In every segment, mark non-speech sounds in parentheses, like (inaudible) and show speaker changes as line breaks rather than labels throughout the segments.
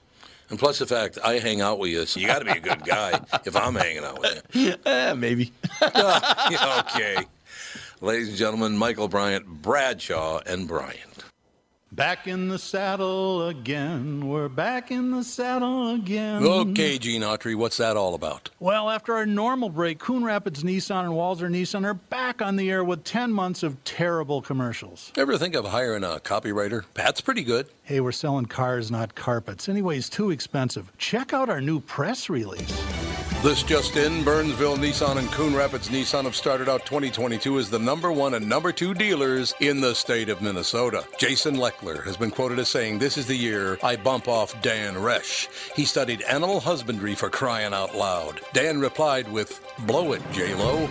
(laughs)
And plus the fact I hang out with you, so you got to be a good (laughs) guy if I'm hanging out with you.
Eh, maybe.
Yeah, (laughs) okay. Ladies and gentlemen, Michael Bryant, Bradshaw, and Bryant.
Back in the saddle again. We're back in the saddle again.
Okay, Gene Autry, what's that all about?
Well, after our normal break, Coon Rapids Nissan and Walzer Nissan are back on the air with 10 months of terrible commercials.
Ever think of hiring a copywriter? Pat's pretty good.
Hey, we're selling cars, not carpets. Anyways, too expensive. Check out our new press release.
This just in, Burnsville Nissan and Coon Rapids Nissan have started out 2022 as the number one and number two dealers in the state of Minnesota. Jason Leckler has been quoted as saying, This is the year I bump off Dan Resch. He studied animal husbandry for crying out loud. Dan replied with, Blow it, J-Lo. Mm,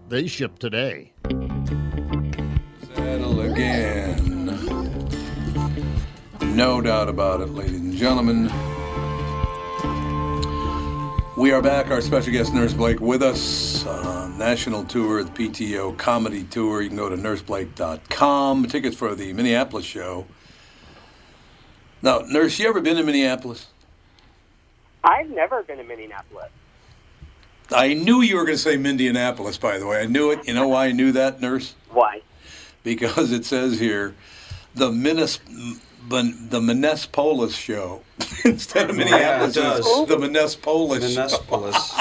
They ship today.
Saddle again. No doubt about it, ladies and gentlemen. We are back. Our special guest, Nurse Blake, with us. Uh, national tour, the PTO comedy tour. You can go to nurseblake.com. Tickets for the Minneapolis show. Now, Nurse, you ever been to Minneapolis?
I've never been to Minneapolis.
I knew you were going to say Mindianapolis, by the way. I knew it. You know why I knew that, Nurse?
Why?
because it says here the Minnes, Min- the Minneapolis show (laughs) instead of Minneapolis,
it
it's
does.
the Minneapolis. show.
Minneapolis.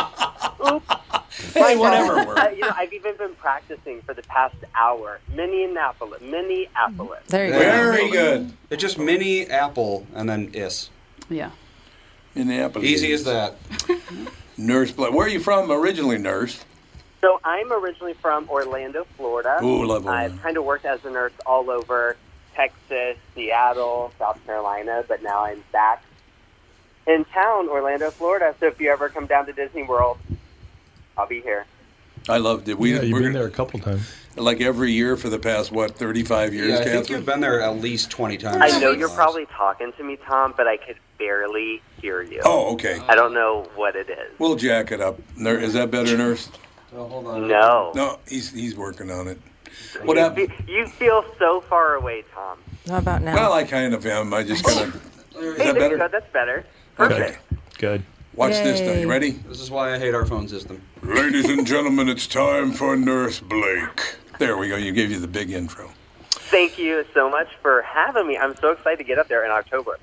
Hey, whatever.
Uh,
works.
you know, I've even been practicing for the past hour. Minneapolis, Minneapolis.
There you go.
Very good.
They're just mini apple and then is.
Yeah.
(laughs) Minneapolis.
Easy as that.
(laughs) Nurse, Bla- where are you from originally, Nurse?
So I'm originally from Orlando, Florida.
Ooh, love Orlando.
I've kind of worked as a nurse all over Texas, Seattle, South Carolina, but now I'm back in town, Orlando, Florida. So if you ever come down to Disney World, I'll be here.
I loved it. We,
yeah, you've
we're-
been there a couple times.
like every year for the past what thirty-five years,
Yeah, I
Catherine.
think you've been there at least 20 times.
I know you're probably talking to me, Tom, but I could barely hear you.
oh, okay.
I don't know what it is.
We'll jack it up. Nur- Is that better, Nurse?
Oh, hold
Uh,
on.
No.
No, he's he's working on it. What happened?
Fe- You feel so far away, Tom.
How about now?
Well, I kind of am. I
(laughs)
just kind of. Is that
There you go.
better?
That's better.
Okay.
Good.
Watch this though.
Yay.
You ready?
This is why I hate our phone system.
Ladies and gentlemen, it's time for Nurse Blake. There we go. You gave you the big intro.
Thank you so much for having me. I'm so excited to get up there in October.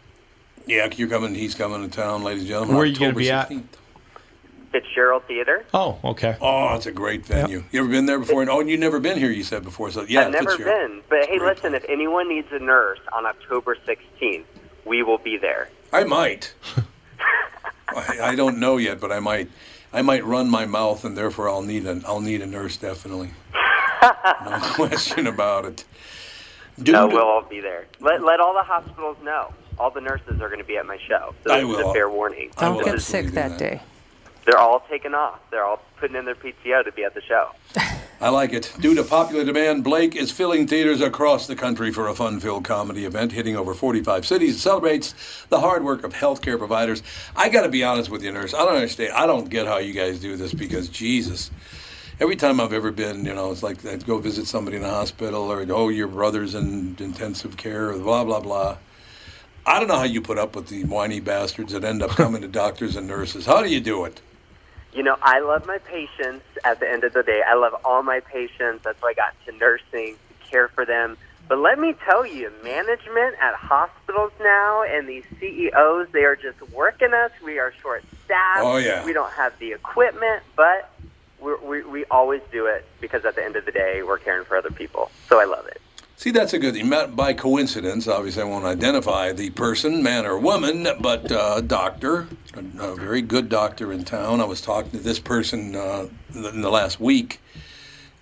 Yeah, you're coming. He's coming to town, ladies and gentlemen.
Where are you
October
gonna be at?
16th.
Fitzgerald Theater.
Oh, okay.
Oh, it's a great venue. You ever been there before? And, oh, and you've never been here, you said before. So yeah,
I've never
Fitzgerald.
been. But hey,
Great
listen, if anyone needs a nurse on October 16th, we will be there.
I might. (laughs) I, I don't know yet, but I might. I might run my mouth, and therefore I'll need an I'll need a
(laughs)
nurse definitely. No question about it. Dude,
No, we'll all be there. Let, let all the hospitals know. All the nurses are going to be at my show. So
I
this is
will.
a fair warning.
I
Don't
will
get sick
absolutely do
that
uh,
that.
day.
They're all taking off. They're all putting in their PTO to be at the show.
I like it. Due to popular demand, Blake is filling theaters across the country for a fun filled comedy event hitting over 45 cities. It celebrates the hard work of healthcare providers. I got to be honest with you, nurse. I don't understand. I don't get how you guys do this because, Jesus. Every time I've ever been, you know, it's like I'd go visit somebody in the hospital or, oh, your brother's in intensive care or blah, blah, blah. I don't know how you put up with the whiny bastards that end up coming to doctors and nurses. How do you do it?
You know, I love my patients at the end of the day. I love all my patients. That's why I got to nursing, to care for them. But let me tell you, management at hospitals now and these CEOs, they are just working us. We are short staffed.
Oh, yeah.
We don't have the equipment, but we're, we, we always do it because at the end of the day, we're caring for other people. So I love it.
See, that's a good thing. Not By coincidence, obviously, I won't identify the person, man or woman, but uh, doctor, a, a very good doctor in town. I was talking to this person uh, in the- in the last week,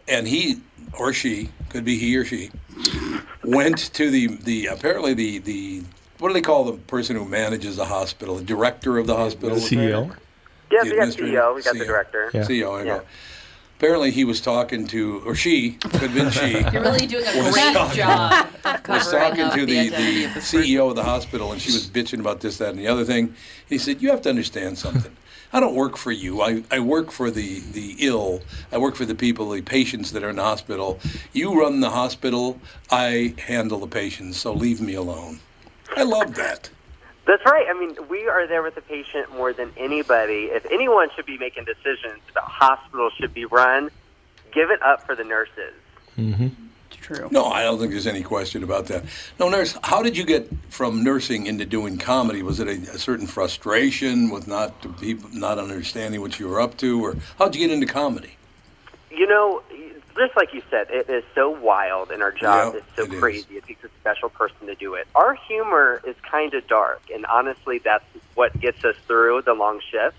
and he or she could be he or she went to the the apparently the the what do they call the person who manages the hospital, the director of the hospital,
E
CEO.
Yeah, we
The
got
administrator- E
CEO, we got the
CEO.
director.
Yeah.
CEO. I go.
Yeah.
Apparently, he was talking to or she could have been she.
(laughs) You're really doing a
Was
great
talking-
job of
I (laughs) was
covering
talking
up
to
the
the,
identity
the
of this person.
CEO of the hospital, and she was bitching about this, that, and the other thing. He said, "You have to understand something. I don't work for you. I, I work for the the ill. I work for the people, the patients that are in the hospital. You run the hospital. I handle the patients. So leave me alone." I love that.
That's right. I mean, we are there with the patient more than anybody. If anyone should be making decisions about hospitals should be run, give it up for the nurses.
It's true.
No, I don't think there's any question about that. No, nurse, how did you get from nursing into doing comedy? Was it a, a certain frustration with not the people not understanding what you were up to, or how'd you get into comedy?
You know, just like you said, it is so wild, and our job
Yeah,
is so
it is.
crazy. It takes a special person to do it. Our humor is kind of dark, and honestly, that's what gets us through the long shifts.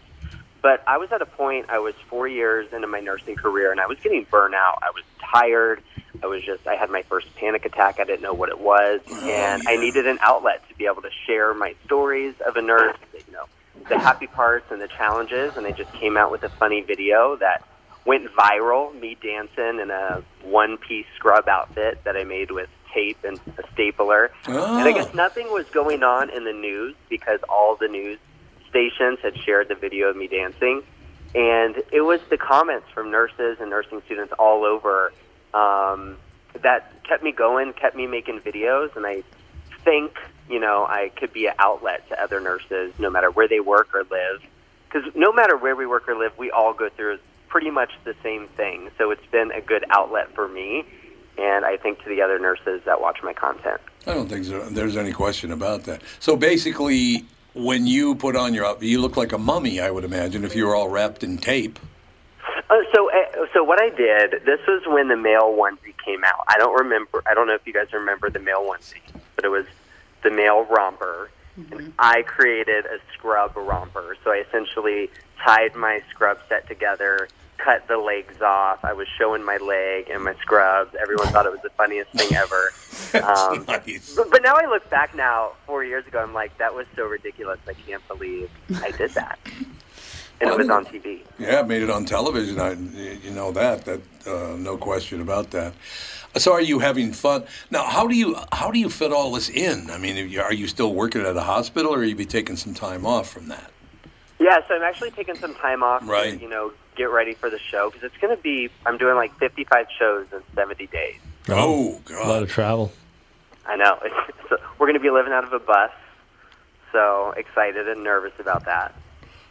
But I was at a point, I was four years into my nursing career, and I was getting burnout. I was tired. I was just, I had my first panic attack. I didn't know what it was.
Oh,
and I needed an outlet to be able to share my stories of a nurse, you know, the happy parts and the challenges. And I just came out with a funny video that went viral, me dancing in a one piece scrub outfit that I made with tape and a stapler. And I guess nothing was going on in the news because all the news stations had shared the video of me dancing. And it was the comments from nurses and nursing students all over um, that kept me going, kept me making videos. And I think, you know, I could be an outlet to other nurses no matter where they work or live. Because no matter where we work or live, we all go through pretty much the same thing. So it's been a good outlet for me. And I think to the other nurses that watch my content.
I don't think so. there's any question about that. So basically, when you put on your, you look like a mummy, I would imagine, if you were all wrapped in tape.
Oh, so uh, so what I did. This was when the male onesie came out. I don't remember. I don't know if you guys remember the male onesie, but it was the male romper. And I created a scrub romper. So I essentially tied my scrub set together, cut the legs off. I was showing my leg and my scrubs. Everyone thought it was the funniest thing ever. Um,
Nice.
but, but now I look back now, four years ago, I'm like, that was so ridiculous. I can't believe I did that. And it was on TV.
Yeah, I made it on television. I, you know that. That uh, no question about that. So are you having fun now? How do you how do you fit all this in? I mean, are you- are you still working at a hospital, or are you be taking some time off from that?
Yeah, so I'm actually taking some time off
Right.
to, you know, get ready for the show because it's going to be, I'm doing like 55 shows in 70 days.
A
Oh
lot
God!
of travel.
I know. (laughs) It's, so we're going to be living out of a bus. So excited and nervous about that.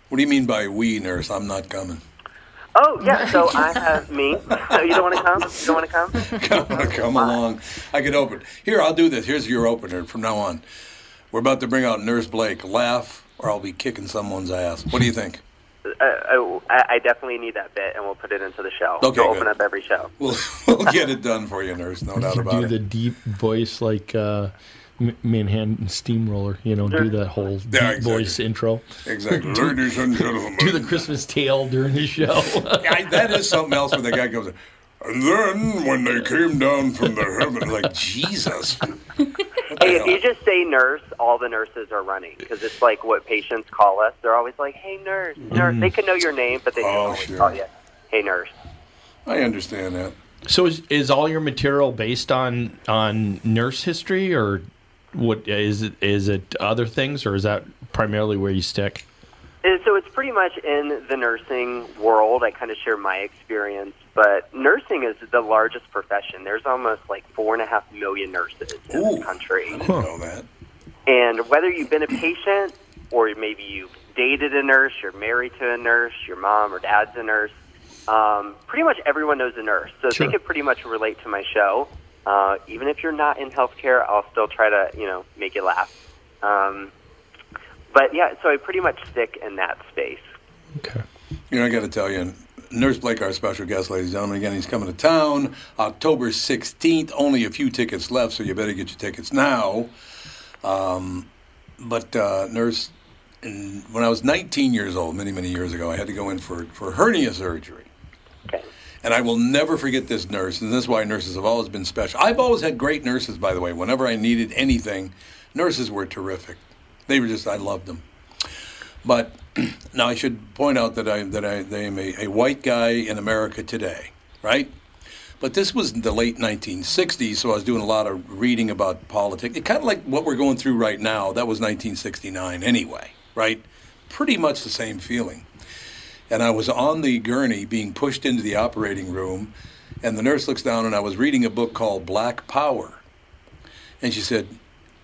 What do you mean by we nurse? I'm not coming.
Oh, yeah, so I have me. So you don't want to come? You don't want to (laughs) come?
Come, come along. I can open. Here, I'll do this. Here's your opener from now on. We're about to bring out Nurse Blake. Laugh, or I'll be kicking someone's ass. What do you think?
I, Uh, I, I definitely need that bit, and we'll put it into the show.
Okay,
we'll open
good.
up every show.
We'll, (laughs) we'll get it done for you, Nurse. No doubt
You (laughs)
about
do
it.
the deep voice like uh, M- Manhattan Steamroller, you know, do that whole deep
Yeah, exactly.
voice intro. (laughs)
Exactly. Ladies and gentlemen.
Do the Christmas tale during the
(laughs)
show.
I, that is something else when the guy comes in. And then when they came down from the heaven, like Jesus.
Hey, if you just say nurse, all the nurses are running because it's like what patients call us. They're always like, "Hey, nurse, nurse." They can know your name, but they just
Mm-hmm. Oh,
always
sure.
call you, "Hey, nurse."
I understand that.
So is, is all your material based on on nurse history or what is it is it other things or is that primarily where you stick?
And so it's pretty much in the nursing world. I kind of share my experience, but nursing is the largest profession. There's almost like four and a half million nurses in
Ooh.
the country.
I didn't know that.
And whether you've been a patient or maybe you've dated a nurse, you're married to a nurse, your mom or dad's a nurse, um, pretty much everyone knows a nurse. So
Sure.
they could pretty much relate to my show. Uh, even if you're not in healthcare, I'll still try to, you know, make you laugh. Um, but yeah, so I pretty much stick in that space.
okay.
You know, I got to tell you, Nurse Blake, our special guest, ladies and gentlemen, again, he's coming to town October 16th. Only a few tickets left, so you better get your tickets now. Um, but, uh, Nurse, in, when I was 19 years old, many, many years ago, I had to go in for, for hernia surgery.
Okay.
And I will never forget this nurse, and this is why nurses have always been special. I've always had great nurses, by the way. Whenever I needed anything, nurses were terrific. They were just, I loved them. But now I should point out that I that I, that I am a, a white guy in America today, right? But this was in the late 1960s, so I was doing a lot of reading about politics. It kind of like what we're going through right now. That was 1969 anyway, right? Pretty much the same feeling. And I was on the gurney being pushed into the operating room, and the nurse looks down, and I was reading a book called Black Power. And she said,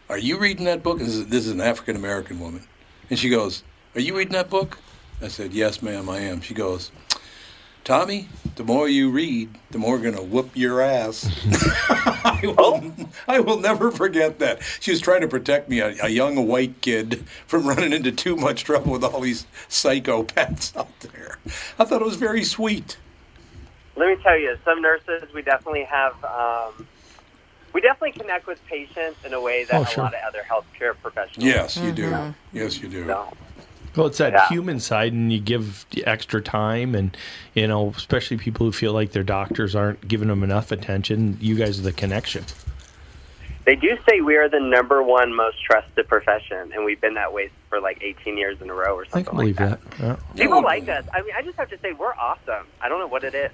Are you reading that book? And this is, this is an African American woman. And she goes, Are you reading that book? I said, Yes, ma'am, I am. She goes, Tommy, the more you read, the more going to whoop your ass. (laughs) I, will, I will never forget that. She was trying to protect me, a, a young white kid, from running into too much trouble with all these psychopaths out there. I thought it was very sweet.
let me tell you, some nurses we definitely have um, we definitely connect with patients in a way that
Oh, sure. Mm-hmm.
a lot of other healthcare professionals
Yes, you do. Yes, you do.
don't.
Well, it's that
Yeah.
human side, and you give the extra time, and you know, especially people who feel like their doctors aren't giving them enough attention. You guys are the connection.
They do say we are the number one most trusted profession, and we've been that way for like 18 years in a row or something.
I can believe
like
that. Yeah.
People like us. I mean, I just have to say we're awesome. I don't know what it is.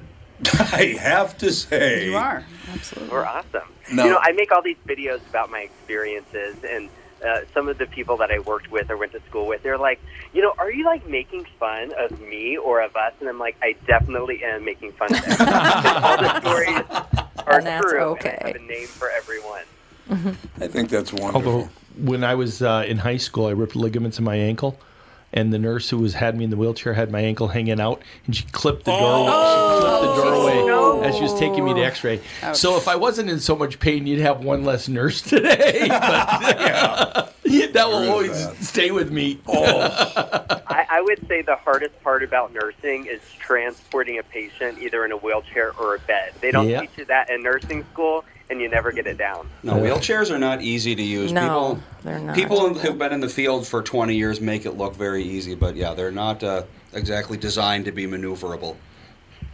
(laughs) I have to say.
You are. Absolutely.
We're awesome.
No.
You know, I make all these videos about my experiences, and uh, some of the people that I worked with or went to school with, they're like, you know, are you like making fun of me or of us? And I'm like, I definitely am making fun
(laughs)
of them. all the stories are
That's
true.
okay.
And I have a name for everyone.
I think that's wonderful.
Although when I was uh, in high school, I ripped ligaments in my ankle, and the nurse who was had me in the wheelchair had my ankle hanging out, and she clipped the door. She
Oh,
clipped the doorway as she was taking me to X-ray. So if I wasn't in so much pain, you'd have one less nurse (laughs) today. But that will
is
always
that.
stay with me. Oh,
Oh.
I, I would say the hardest part about nursing is transporting a patient either in a wheelchair or a bed. They don't
Yeah.
teach you that in nursing school, and you never get it down.
No, wheelchairs are not easy to use.
No,
people,
they're not.
People who've been in the field for 20 years make it look very easy, but yeah, they're not uh, exactly designed to be maneuverable.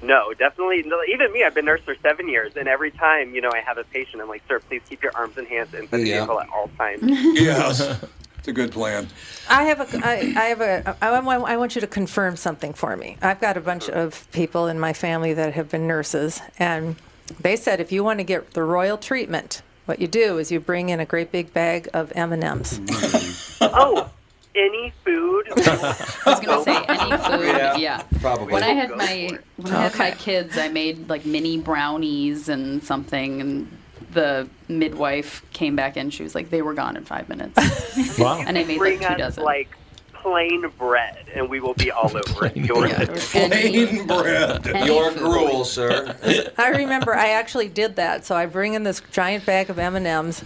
No, definitely. No, even me, I've been nurse for seven years, and every time you know I have a patient, I'm like, "Sir, please keep your arms and hands in the
Yeah.
vehicle at all times."
yes, it's a good plan.
I have a. I, I have a. I, want- I want you to confirm something for me. I've got a bunch of people in my family that have been nurses, and they said if you want to get the royal treatment, what you do is you bring in a great big bag of M and M's.
Mm-hmm.
oh, any food?
(laughs) I was gonna say
(laughs)
any food.
Yeah,
Yeah.
probably.
When I
Oh, Go
had my when I had my kids, I made like mini brownies and something, and the midwife came back in. She was like, "They were gone in
(laughs)
five minutes,"
Wow.
and I made like
Bring
two
us
dozen.
like plain bread, and we will be all over it.
(laughs)
You'll
Yeah, it
love (laughs) it.
was any-
Plain bread.
any
Your
food.
gruel, sir.
(laughs)
I remember I actually did that. So I bring in this giant bag of M and M's.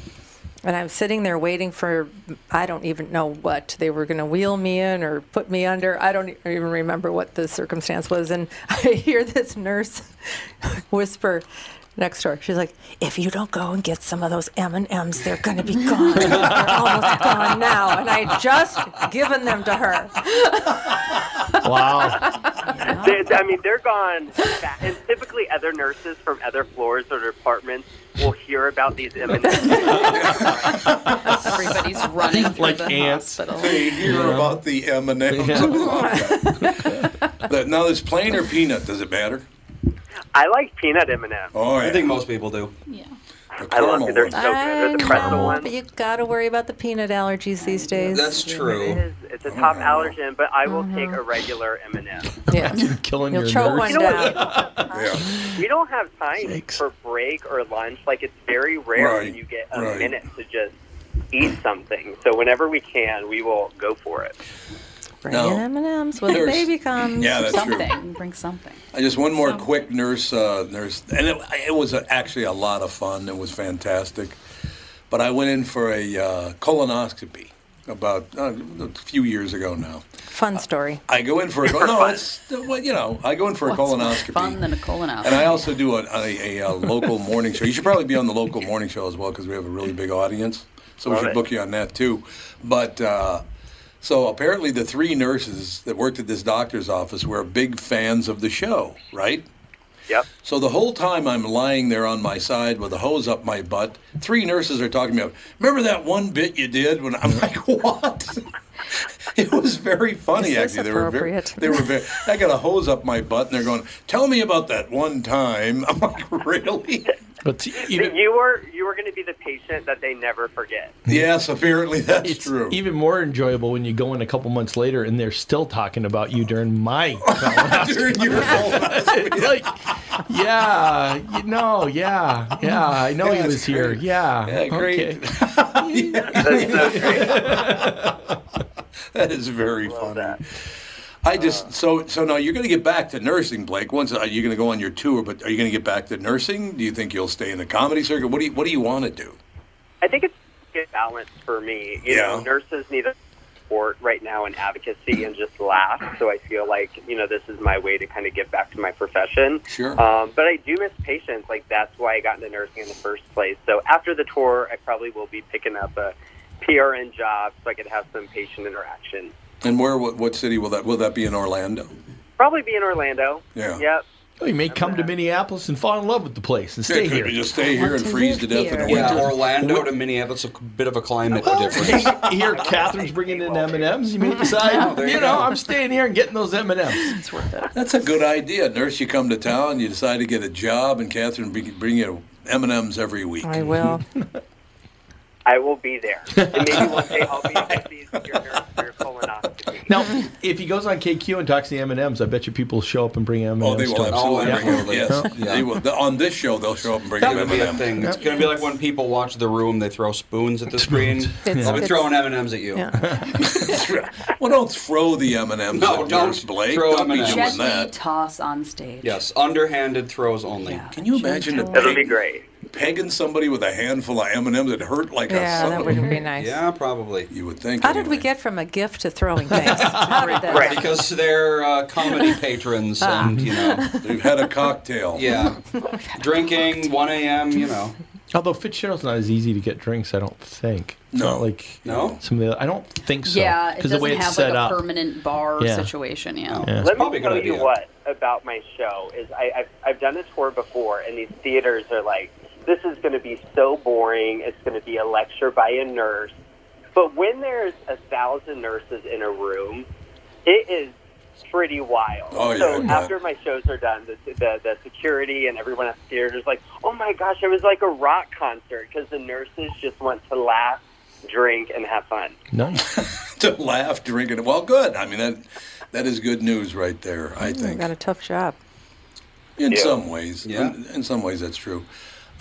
And I'm sitting there waiting for, I don't even know what. They were going to wheel me in or put me under. I don't e-, even remember what the circumstance was. And (laughs) I hear this nurse (laughs) whisper next door. She's like, if you don't go and get some of those M&Ms, they're going to be gone. they're almost gone now. And I just given them to her.
Wow.
(laughs) They, I mean, they're gone. fast. And typically, other nurses from other floors or departments will hear about these M&Ms.
Everybody's running through
Like
the
ants.
hospital.
They hear about the M and M's. (laughs) Now, this plain or peanut? Does it matter?
I like peanut M&Ms.
Oh, yeah.
I think most people do.
Yeah.
The
I love
caramel
it. They're
ones.
so good. They're the pretzel
know,
ones.
but you got to worry about the peanut allergies these days.
That's
It
true.
is. It's a top allergen, but I will take a regular M&M.
Uh-huh. yeah.
Killing
You'll
your
choke
nerves.
one
You know what?
down.
(laughs)
Yeah.
(laughs) We don't have time
Sakes.
for break or lunch. Like it's very rare
Right,
when you get a
right.
minute to just eat something. So whenever we can, we will go for it.
Bring
No.
in M&Ms when the
There's-
baby comes.
Yeah, that's true.
something. Bring something.
I just one more quick nurse, uh, nurse, and it, it was actually a lot of fun. It was fantastic, but I went in for a uh, colonoscopy about uh, a few years ago now.
Uh,
Fun story.
I go in
(laughs)
for a no, it's well, you know, I go in for a
What's more
colonoscopy.
Fun than a colonoscopy.
And I also do a, a, a, uh local morning show. You should probably be on the local morning show as well because we have a really big audience. So we
Love
should
it.
book you on that too. But uh, so apparently the three nurses that worked at this doctor's office were big fans of the show, right?
Yep.
So the whole time I'm lying there on my side with a hose up my butt, three nurses are talking about, remember that one bit you did when I'm like, (laughs) what? It was very funny,
Is this
actually. They were very,
appropriate?
they were very, I got a hose up my butt, and they're going, "Tell me about that one time." (laughs) I'm like, "Really?"
But you know,
But you were you were going to be the patient that they never
(laughs)
forget.
yes, apparently that's
it's
true.
even more enjoyable when you go in a couple months later and they're still talking about you during my
(laughs)
colonoscopy.
During your colonoscopy.
It's like,
(laughs)
yeah, you know, yeah, yeah, I know
Yeah,
he was
it's
here.
great.
Yeah,
Yeah, great.
okay.
(laughs) that is very funny.
that. Uh.
I just so so now you're going to get back to nursing, Blake. Once are you going to go on your tour? But are you going to get back to nursing? Do you think you'll stay in the comedy circuit? What do you What do you want to do?
I think it's a good balance for me. You
Yeah.
know, nurses need a support right now in advocacy and just laugh. So I feel like, you know, this is my way to kind of give back to my profession.
Sure.
Um, but I do miss patients. Like, that's why I got into nursing in the first place. So after the tour, I probably will be picking up a PRN job so I could have some patient interaction.
And where? What, what city will that Will that be in Orlando?
Probably be in Orlando.
Yeah.
Yep.
He may come to Minneapolis and fall in love with the place and
Yeah,
stay
could
here.
we Just stay here
want
and
to
freeze
live
to death in the
here.
winter.
Yeah, Orlando to Minneapolis, a bit of a
(laughs)
climate difference.
Here, Catherine's bringing in M and M's.
(laughs)
You may decide,
there
you
you
know,
go.
I'm staying here and getting those M and M's.
It's worth it.
That's a good idea, nurse. You come to town, you decide to get a job, and Catherine bring, bring you M and M's every week.
I will.
I will be there. And maybe one day I'll be at these- your, nurse- your colonoscopy.
(laughs) Now, if he goes on KQ and talks to the M and M's, I bet you people show up and bring M and M's.
Oh, they will absolutely
yeah.
bring M. Yes,
Yeah.
they will. The- on this show, they'll show up and bring
It's
you
gonna be a
M and
thing. It's gonna be like when people watch The Room, they throw spoons
(laughs)
at the screen.
It's-
They'll be
it's-
throwing M and M's at you.
Yeah.
M's. (laughs) Well, don't throw the M and M's.
No, don't
nurse Blake.
throw
don't be
M&Ms.
doing
Gently
that.
toss on stage.
Yes, underhanded throws only.
Yeah.
Can you imagine a
It'll be
peg-
great.
pegging somebody with a handful of M and M's? It hurt like a
Yeah,
son
that
of a-
wouldn't be nice.
Yeah, probably.
You would think.
How did we
anyway.
get from a gift
(laughs)
to throwing things? How did that
Right.
Because they're uh,
(laughs)
comedy patrons, and you know,
We've had a cocktail.
(laughs)
yeah, drinking 1 a.m. You know,
Although Fitzgerald's not as easy to get drinks, I don't think. It's
No.
not like
No?
some of the. Other, I don't think so.
yeah, it
because
doesn't
the way it's
have
set
like a
up.
permanent bar
Yeah.
situation. Yeah.
Yeah.
Let
probably
me
a good
tell you
idea.
what about my show is I, I've, I've done a tour before, and these theaters are like, this is going to be so boring. It's going to be a lecture by a nurse. But when there's a thousand nurses in a room, it is pretty wild.
Oh, yeah,
so
I bet.
after my shows are done, the, the, the security and everyone at the theater is like, oh my gosh, it was like a rock concert because the nurses just want to laugh, drink, and have fun.
Nice.
(laughs) to laugh, drinking. Well, good. I mean that. That is good news right there. I
I
think.
got a tough job.
In
Yeah.
some ways,
Yeah.
in, in some ways that's true.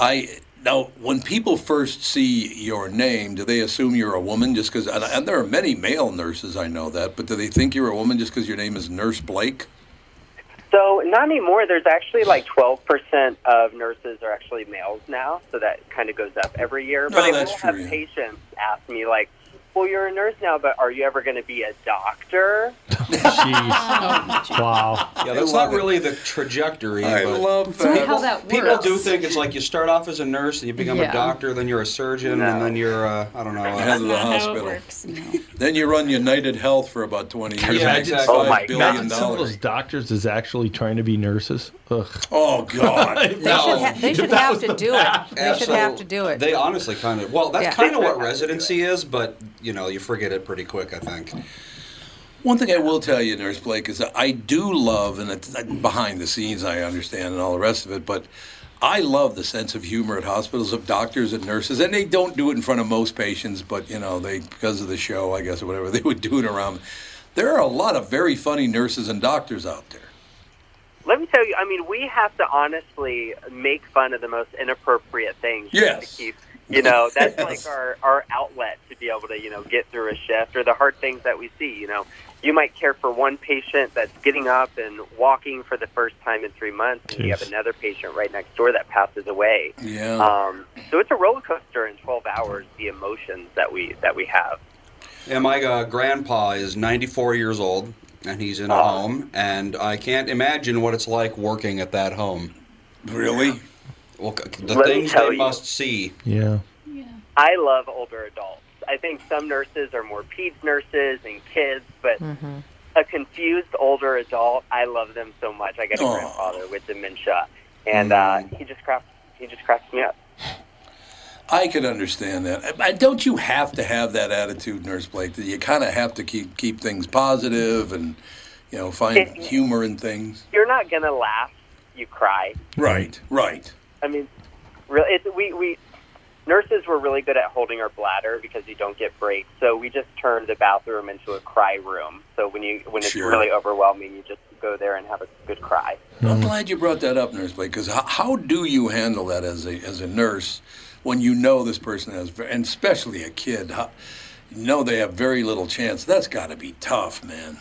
I now when people first see your name, do they assume you're a woman just because? And, and there are many male nurses I know that, but do they think you're a woman just because your name is Nurse Blake?
So not anymore. There's actually like 12% of nurses are actually males now, so that kind of goes up every year. But I
Oh, that's
will
true,
have
yeah.
patients ask me like, "Well, you're a nurse now, but are you ever going to be a doctor?"
(laughs) Oh,
Jeez. wow.
Yeah, that's
love
not
it.
really the trajectory.
I
but
love
not
that.
how that
People
works.
do think it's like you start off as a nurse, and you become
Yeah.
a doctor, then you're a surgeon, and
No.
then you're uh, I don't know.
Head
Uh,
of the
How it
hospital.
works. No.
(laughs) Then you run United Health for about 20 years.
Yeah,
and
exactly.
it's
Oh
five
my
billion
Imagine some of
dollars.
those doctors is actually trying to be nurses. Ugh. (laughs)
Oh, God.
They should, ha- they should have to (laughs) do it. They should
absolute-
have to do it.
They honestly kind of well, that's
Yeah.
kind of
(laughs)
what residency is, but you know you forget it pretty quick. I think.
One thing I will tell you, Nurse Blake, is that I do love, and it's uh, behind the scenes, I understand, and all the rest of it, but I love the sense of humor at hospitals of doctors and nurses, and they don't do it in front of most patients, but you know, they because of the show, I guess, or whatever, (laughs) they would do it around. There are a lot of very funny nurses and doctors out there.
Let me tell you. I mean, we have to honestly make fun of the most inappropriate things. just
Yes.
To keep, you
(laughs)
know, that's
Yes.
like our our outlet to be able to you know get through a shift or the hard things that we see. You know, you might care for one patient that's getting up and walking for the first time in three months, and you have
Jeez.
another patient right next door that passes away.
Yeah.
Um, so it's a roller coaster in 12 hours. The emotions that we that we have.
Yeah, my uh, grandpa is 94 years old, and he's in a
Ah.
home, and I can't imagine what it's like working at that home.
really?
Well, c- the
Let me
things
tell
they
you.
must see.
Yeah.
I love older adults. I think some nurses are more peds nurses and kids, but
Hmm.
a confused older adult, I love them so much. I got a
Aw. Hmm.
grandfather with dementia, and uh, he just cracks he just cracks me up.
I could understand that. I, I- don't you have to have that attitude, Nurse Blake? That you kind of have to keep keep things positive and you know find
It-
humor in things.
You're not gonna laugh, you cry.
Right. Right.
I mean, really, it's, we we nurses were really good at holding our bladder because you don't get breaks. So we just turned the bathroom into a cry room. So when you when it's
Sure.
really overwhelming, you just go there and have a good cry.
I'm glad you brought that up, Nurse Blake, because how, how do you handle that as a as a nurse when you know this person has, ve- and especially a kid, how, you know they have very little chance. That's got to be tough, man.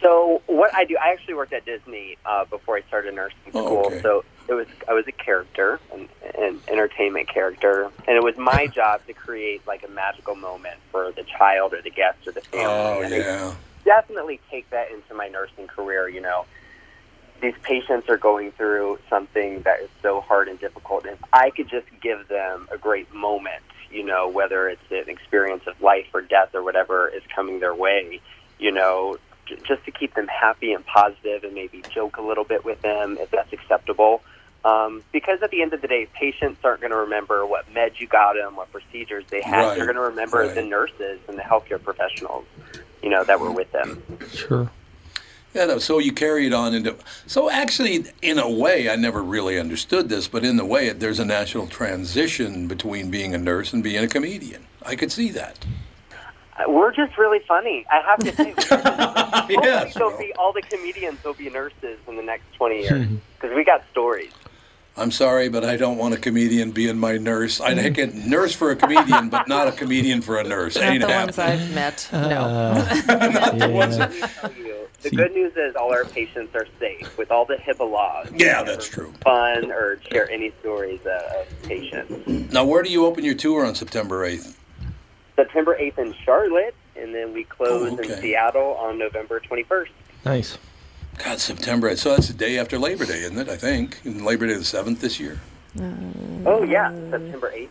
So what I do, I actually worked at Disney uh, before I started nursing
Oh,
school.
okay.
So it was I was a character, an, an entertainment character, and it was
(laughs)
my job to create like a magical moment for the child or the guest or the family.
Oh
And I
yeah.
definitely take that into my nursing career. You know, these patients are going through something that is so hard and difficult. And if I could just give them a great moment, you know, whether it's an experience of life or death or whatever is coming their way, you know, j- just to keep them happy and positive and maybe joke a little bit with them if that's acceptable. Um, because at the end of the day, patients aren't going to remember what meds you got them, what procedures they had.
Right,
They're going to remember
right.
the nurses and the healthcare professionals, you know, that were with them.
Sure.
Yeah, no, so you carry it on into. So actually, in a way, I never really understood this, but in a way, there's a natural transition between being a nurse and being a comedian. I could see that.
Uh, We're just really funny. I have to
(laughs)
say, hopefully
Yes,
there'll
well.
be all the comedians will be nurses in the next twenty years
Hmm.
because we got stories.
I'm sorry, but I don't want a comedian being my nurse. I'd heck it, nurse for a comedian, but not a comedian for a nurse.
Mm-hmm. Not
Ain't
the ones
happening.
I've met. No.
Uh,
(laughs)
Yeah.
Tell you, the good news is all our patients are safe with all the HIPAA laws.
Yeah,
We
that's
never
true.
Fun or share any stories uh, of patients.
Now, where do you open your tour on September 8th?
September eighth in Charlotte, and then we close
Oh, okay.
in Seattle on November twenty first.
Nice.
God, September 8th. So that's the day after Labor Day, isn't it? I think. And Labor Day the 7th this year.
Uh,
Oh yeah, September eighth.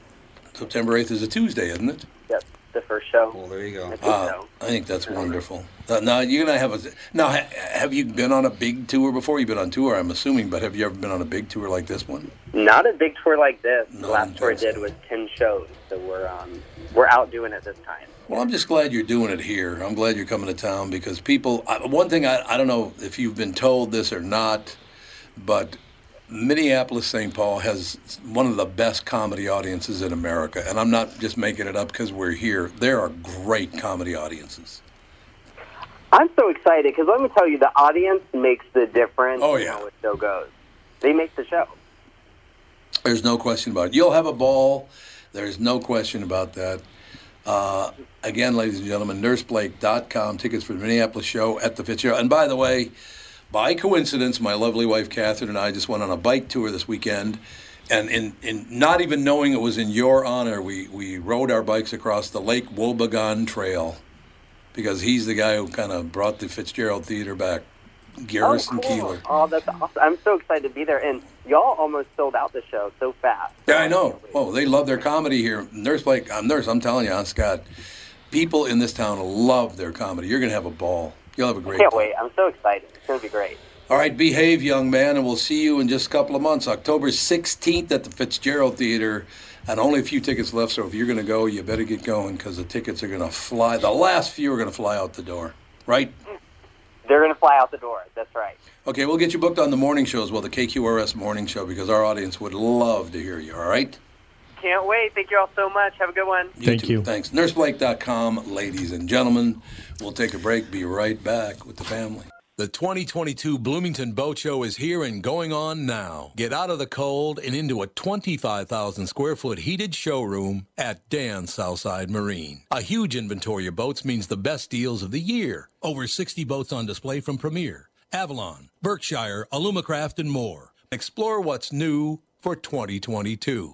September 8th is a Tuesday, isn't it?
Yep, the first show.
Well, there you
I
go.
think
Wow,
so.
I think that's
Mm-hmm.
wonderful. Now, now you're gonna have a. Now, ha, have you been on a big tour before? You've been on tour, I'm assuming, but have you ever been on a big tour like this one?
Not a big tour like this.
No,
the last tour I
that's-
did was ten shows, so we're um, we're out doing it this time.
Well, I'm just glad you're doing it here. I'm glad you're coming to town because people. I, one thing I, I don't know if you've been told this or not, but Minneapolis St. Paul has one of the best comedy audiences in America, and I'm not just making it up because we're here. There are great comedy audiences.
I'm so excited because let me tell you, the audience makes the difference.
Oh,
in
yeah.
how a show goes. They make the show.
There's no question about it. You'll have a ball. There's no question about that. Uh, again, ladies and gentlemen, nurseblake.com. Tickets for the Minneapolis show at the Fitzgerald. And by the way, by coincidence, my lovely wife Catherine and I just went on a bike tour this weekend, and in, in not even knowing it was in your honor, we we rode our bikes across the Lake Wobegon Trail, because he's the guy who kind of brought the Fitzgerald Theater back, Garrison Keeler.
Oh, that's awesome. I'm so excited to be there. And y'all almost sold out the show so fast.
Yeah, I know. Oh, they love their comedy here. Nurse like I'm nurse. I'm telling you, honest to God, people in this town love their comedy. You're gonna have a ball. You'll have a great.
Can't
time.
wait. I'm so excited. It's going to be great.
All right, behave, young man, and we'll see you in just a couple of months. October 16th at the Fitzgerald Theater, and only a few tickets left. So if you're going to go, you better get going because the tickets are going to fly. The last few are going to fly out the door, right?
They're going to fly out the door. That's right.
Okay, we'll get you booked on the morning show as well, the KQRS morning show, because our audience would love to hear you. All right.
Can't wait. Thank you all so much. Have a good one.
Thank
too.
you.
Thanks. NurseBlake.com, ladies and gentlemen. We'll take a break. Be right back with the family. The 2022 Bloomington Boat Show is here and going on now. Get out of the cold and into a 25,000 square foot heated showroom at Dan's Southside Marine. A huge inventory of boats means the best deals of the year. Over 60 boats on display from Premier, Avalon, Berkshire, Alumacraft, and more. Explore what's new for 2022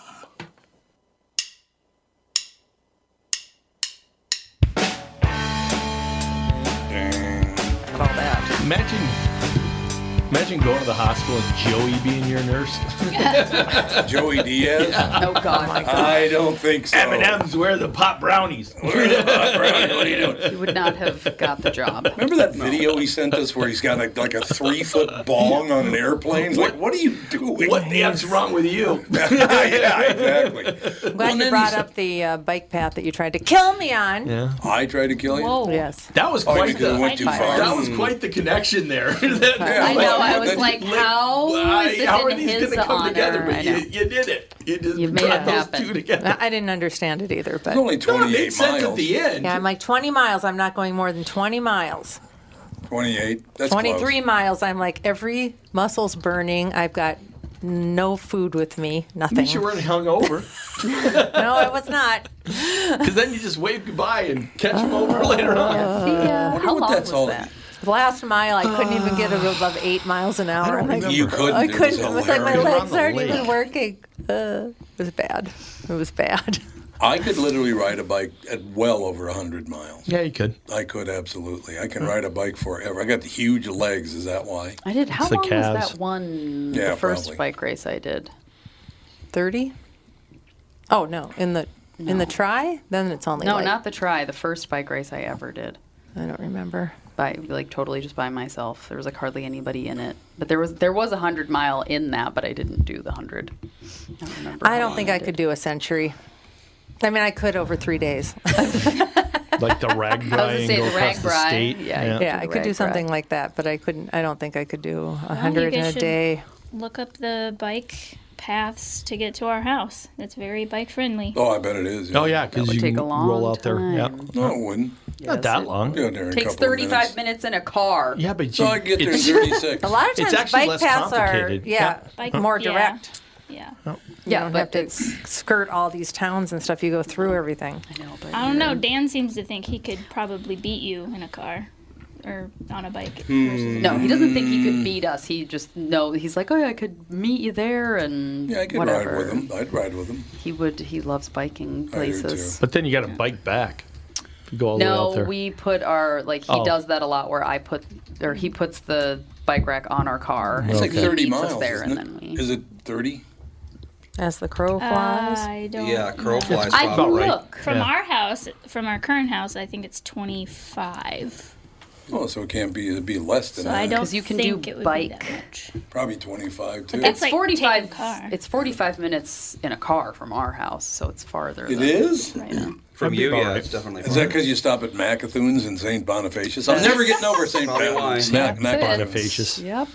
All that.
Imagine, imagine going to the hospital and Joey being your nurse. (laughs)
Joey
(laughs)
Diaz?
Oh God,
I don't think so.
M&M's, where are the pop brownies?
you would not have got the job.
Remember that video he sent us where he's got like, like a three foot bong on an airplane? It's Like, what are you doing?
What the F's wrong with
(laughs)
you?
yeah, exactly.
I'm glad you brought up the uh, bike path that you tried to kill me on.
I tried to kill you.
Whoa.
Yes.
That was
Oh,
quite
because it
the
went too
Fire.
far.
that was quite the connection there. (laughs) That-
I know. I was
Then-
like, how is this
how are
in
these
his
gonna come
honor?
together?
I
But you,
know.
you did it. You just
You made
brought
it
those
happen.
two together.
I I didn't understand it either, but
It's only
No, it
28
made sense at
miles.
the end.
yeah, I'm like 20 miles. I'm not going more than 20 miles.
28. Hmm. That's
23
close.
miles. I'm like every muscle's burning. I've got no food with me.
At
Nothing.
least you weren't
(laughs)
hungover,
no, I was not.
because then you just wave goodbye and catch them over (laughs) later on.
Yeah,
wonder
how
what
long
that's
was
all-
that?
The last mile, I couldn't even get above eight miles an hour. I'm like,
You couldn't.
I
It was
couldn't. It was like my
hilarious.
legs
on the
aren't even
lake.
working. Uh, it was bad. It
(laughs)
was bad.
I could literally ride a bike at well over 100 miles.
Yeah, you could.
I could absolutely. I can ride a bike forever. I got the huge legs. Is that why?
I did. How
the
long was
calves.
that one?
Yeah,
the first
probably.
bike race I did.
30? Oh no, in the in the try? Then it's only
No,
like-
not the try. The first bike race I ever did.
I don't remember.
By like totally just by myself. There was like hardly anybody in it. But there was there was a hundred mile in that, but I didn't do the hundred. I don't remember.
I don't think I could do a century. I mean, I could over three days.
Like the rag
(laughs) I was gonna say the rag bri. Yeah,
Yeah.
yeah, I could do
Right,
something
correct.
like that, but I couldn't. I don't think I could do a hundred in
guys
a
should-
day.
Look up the bike paths to get to our house. It's very bike friendly.
Oh, I bet it is.
Oh yeah, because you
take a
can
long
roll out there. Yeah.
No, it wouldn't.
Not that long.
Yeah, there in a
Takes
couple of
35 minutes. in a car.
Yeah, but
So
you-
I get there in
it's-
(laughs)
36.
A lot of
It's
times,
actually
bike
less
paths are
complicated.
yeah,
Yeah.
like
Huh.
more
Yeah.
direct.
Yeah.
You don't have to skirt all these towns and stuff. You go through everything. I know, but
I don't know. Dan seems to think he could probably beat you in a car or on a bike.
Hmm.
No, he doesn't think he could beat us. He just no. He's like, oh yeah, I could meet you there and
Yeah, I could
whatever.
ride with him. I'd ride with him.
He would. He loves biking
I do,
places.
But then you got to bike back. to Go all the way out
No,
there.
we put our like he
Oh.
does that a lot where I put or he puts the bike rack on our car.
It's like
and he
30
meets us
miles.
there
isn't
and then
it? Is it 30?
As the crow flies.
Uh, I don't
Yeah, crow
know.
flies I probably. look.
From
Yeah.
our house, from our current house, I think it's 25.
Oh, so it can't be. It'd be less than
So
that.
I don't
you can
think
do
it would
bike.
Be that much.
Probably 25 too.
it's forty five. It's forty five minutes in a car from our house, so it's farther.
It
than-
is?
From you, yeah, it's definitely.
Is that because you stop at Macathun's and St. Bonifacius? I'm never getting over St.
(laughs) Probably why.
Bonifacius. Not- not
That's it.
Bonifacius.
Yep.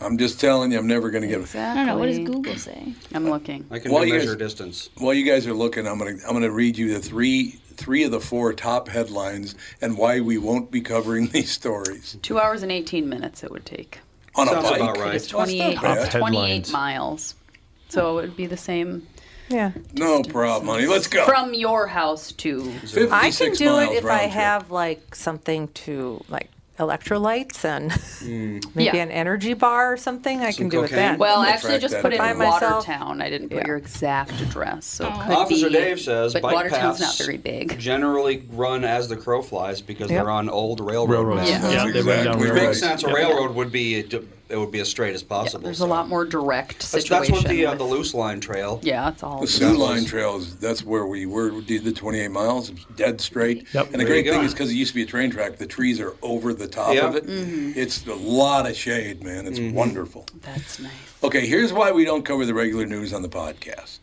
I'm just telling you, I'm never going to get it.
I don't know. What does Google say?
I'm looking.
I can
While
do
you guys-
measure distance.
While you guys are looking, I'm gonna I'm gonna read you the three three of the four top headlines and why we won't be covering (laughs) these stories
Two hours and eighteen minutes it would take.
on
Sounds
a bike.
about right.
It's
Well,
twenty eight.
bad.
It's twenty eight
Headlines.
miles, so it would be the same.
Yeah.
No problem, honey. Let's go.
From your house to.
I can do it if I have like something to like electrolytes and maybe
Hmm.
Yeah.
an energy bar or something. I can do it then.
Well, actually, just put it
by
in
myself. Oh.
Watertown. I didn't put your exact address, so Oh, it could
Officer
be-
Dave says
but
bike
Watertown's
paths
not very big.
generally run as the crow flies because
Yep.
they're on old railroad.
Railroad.
routes.
Yeah. Yeah, That's they run exactly down
Which
railroads.
makes sense. A
Yeah.
railroad would be it would be as straight as possible.
There's a lot more direct
That's,
situation.
that's what the uh,
with-
the loose line trail.
yeah, it's all.
The Sioux Line trails, that's where we were, we did the 28 miles, it was dead straight. And the
There you
great thing
go.
is because it used to be a train track, the trees are over the top
Yeah.
of it.
Mm-hmm.
Mhm.
It's a lot of shade, man. It's wonderful.
That's nice.
Okay, here's why we don't cover the regular news on the podcast.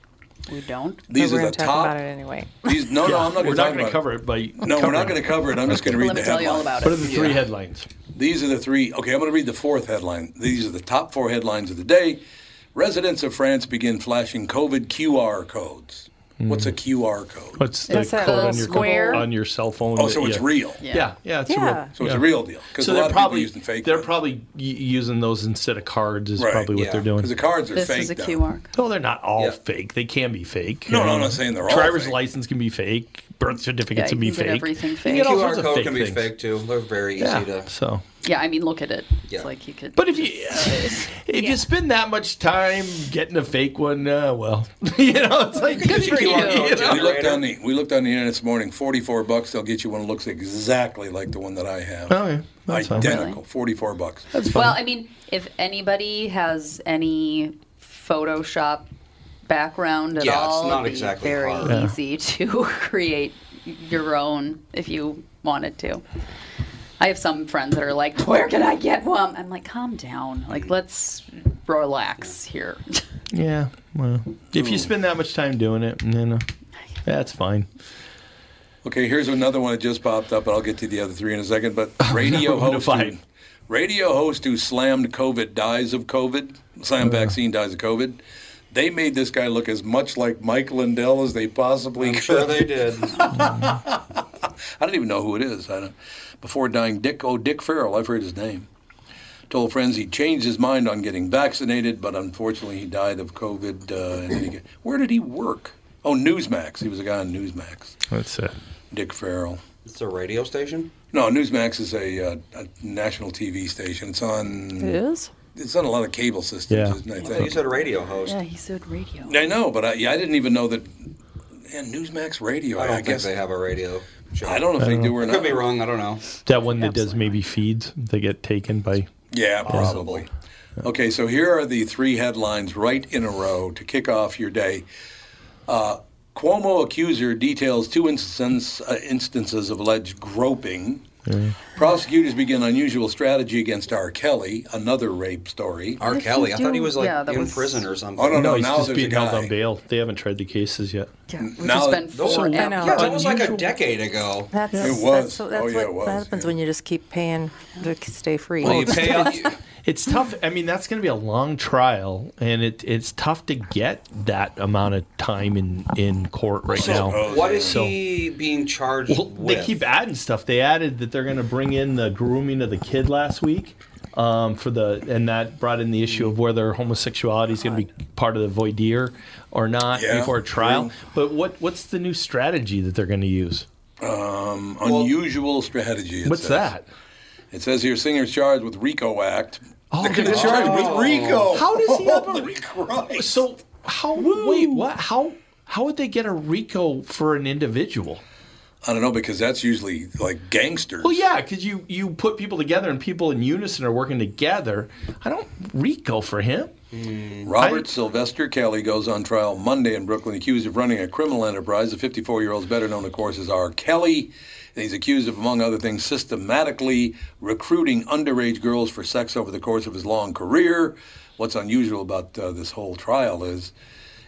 We don't.
These
But
are
we're
the
gonna talk
top.
about it anyway.
These, no, no, I'm not
We're not
going to talk
gonna
about it.
cover it, but
No, we're not
covering
going to cover it.
(laughs)
I'm just going to read
Let
the
me tell
headlines.
you all about it. What are the three headlines?
These are the three. Okay, I'm going to read the fourth headline. These are the top four headlines of the day. Residents of France begin flashing COVID QR codes. What's
Hmm.
a QR code?
What's the
It's that
code on
little
your,
square.
on your cell phone?
Oh,
that-
so it's
yeah.
real.
Yeah, yeah, it's a
Yeah.
real.
So it's a
yeah.
real deal, 'cause
So
a lot
they're
of people
probably
using fake
They're probably y- using those instead of cards. Is
Right,
probably what
yeah.
they're doing.
'Cause the cards are This is fake a now. QR
No, they're not all fake. They can be fake.
No,
you
no,
know.
I'm not saying they're all
Driver's
fake.
license can be fake. Birth certificates can be fake. You can get all sorts
QR
of
code
fake
can be
things.
fake too. They're very easy
Yeah,
to.
So
Yeah, I mean, look at it.
Yeah.
It's like you could.
But if you (laughs) if you spend that much time getting a fake one, uh, well, you know, it's like
Good for you.
We looked on the we looked on the internet this morning. Forty-four bucks. They'll get you one that looks exactly like the one that I have.
Oh, yeah. That's fine.
identical. Forty-four bucks.
Well, I mean, if anybody has any Photoshop background at
Yeah, it's
all,
not
it'd be
exactly
very
hard. Yeah.
easy (laughs) to create your own if you wanted to. I have some friends that are like, "Where can I get one?" I'm like, "Calm down. Like, let's relax here."
Yeah. Well, if you spend that much time doing it, you
(laughs)
know, that's fine.
Okay, here's another one that just popped up, and I'll get to the other three in a second. But radio
We're
host, who,
fine.
radio host who slammed COVID dies of COVID, slammed vaccine dies of COVID. They made this guy look as much like Mike Lindell as they possibly could.
Sure they did.
(laughs) I don't even know who it is. I don't, before dying, Dick. Oh, Dick Farrell. I've heard his name. Told friends he changed his mind on getting vaccinated, but unfortunately he died of COVID. Uh, and then he get- where did he work? Oh, Newsmax. He was a guy on Newsmax.
That's it.
Dick Farrell.
It's a radio station.
No, Newsmax is a, uh, a national TV station. It's on.
It is?
It's on a lot of cable systems,
Yeah.
isn't it? I
I
think.
thought you said radio host.
Yeah, he said radio.
I know, but I, yeah, I didn't even know that. Yeah, Newsmax radio.
I
I,
don't think
guess
they have a radio. Show.
I don't know if they do or
I could
not.
be wrong. I don't know.
That one that does maybe feeds, they get taken by.
Yeah, probably. Okay, so here are the three headlines right in a row to kick off your day. Uh, Cuomo accuser details two instance, uh, instances of alleged groping. Prosecutors begin unusual strategy against R. Kelly, another rape story.
R. What did Kelly? he I thought he do? was, like, Yeah, that in was- prison or something.
Oh no, no,
he's
now
just
there's a
being held
guy.
on bail. They haven't tried the cases yet.
Yeah,
which Now- has been
Those were-
I
yeah,
know.
that was like a decade ago.
That's
It
that's,
was.
that's
Oh, yeah,
what
it was,
happens when you just keep paying to stay
(laughs)
free.
(laughs)
Well, you pay up,
It's tough. I mean, that's going to be a long trial, and it it's tough to get that amount of time in in court right
So,
now.
What is
So-
he being charged
Well,
with?
They keep adding stuff. They added that they're going to bring in the grooming of the kid last week um, for the, and that brought in the issue of whether homosexuality is going to be part of the voideer or not
Yeah,
before trial. But what what's the new strategy that they're going to use?
Um, unusual strategy. it
What's
says.
that?
It says here, singer's charged with RICO Act.
Oh,
They could
they're
be charged
charged-
with RICO.
Oh. How does
(laughs)
he have a
Holy Christ.
So how? Wait, what? How? How would they get a RICO for an individual?
I don't know because that's usually like gangsters.
Well, yeah, because you you put people together and people in unison are working together. I don't RICO for him.
Mm-hmm.
Robert Sylvester Kelly goes on trial Monday in Brooklyn, accused of running a criminal enterprise. The 54 year old is better known, of course, as R. Kelly. And he's accused of, among other things, systematically recruiting underage girls for sex over the course of his long career. What's unusual about uh, this whole trial is.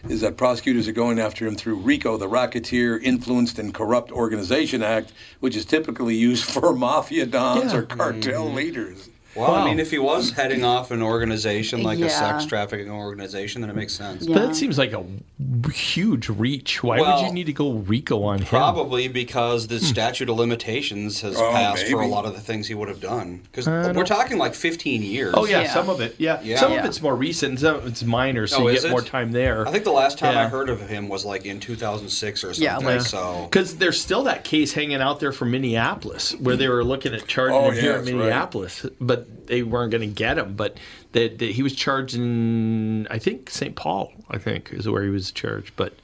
Is that prosecutors are going after him through RICO, the Racketeer Influenced and Corrupt Organization Act, which is typically used (laughs) for mafia dons or cartel leaders.
Mm-hmm. Well, I mean, if he was heading off an organization like a sex
Yeah.
trafficking organization, then it makes sense.
But that seems like a huge reach. Why would
Well,
you need to go RICO on him?
Probably because the statute of limitations has
Hmm. Oh,
passed for a
maybe.
lot of the things he would have done. Because
I
we're
don't-
talking like 15 years.
Oh yeah, some of it. Yeah,
Yeah.
some of
Yeah.
it's more recent. Some of it's minor, so
Oh,
you
is
get
it?
more time there.
I think the last time I
Yeah.
heard of him was like in 2006 or something.
Yeah, like-
so.
Because there's still that case hanging out there for Minneapolis, where they were looking at charging
Oh,
him here
yeah,
in
that's right.
Minneapolis, but they weren't going to get him. But that that he was charged in, I think St. Paul, I think is where he was charged. But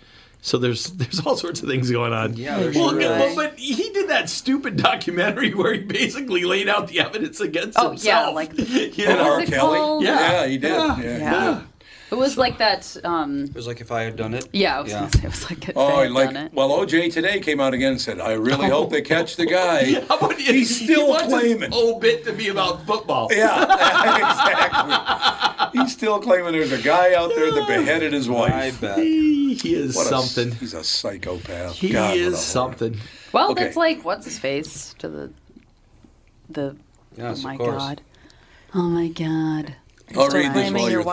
so there's (laughs) there's all sorts of things going on.
Yeah,
well,
there sure
yeah, well, (laughs)
is.
but he did that stupid (laughs) documentary where he basically laid out the evidence against
Oh, yeah,
himself.
like-
You
What
know?
was it Kelly? called?
Yeah,
Yeah, he did,
Yeah.
yeah. Yeah. It was like that. Um, (laughs)
It was like if I had done it.
yeah, I was
Yeah.
gonna say it
(laughs)
was like a
Oh,
thing
and like
done it.
well, OJ today came out again and said, "I really hope they catch
(laughs)
the guy." He's
he
still
wants his
claiming.
whole bit to be about football. (laughs)
Yeah, exactly. He's still claiming there's a guy out there that beheaded his wife. I
bet
he, is
What a s-
something.
he's a psychopath.
He
God, what a
is
whore.
something.
Well,
Okay.
that's like what's his face to the the.
Yes,
oh my
of course.
god! Oh my god!
I'll read this while you're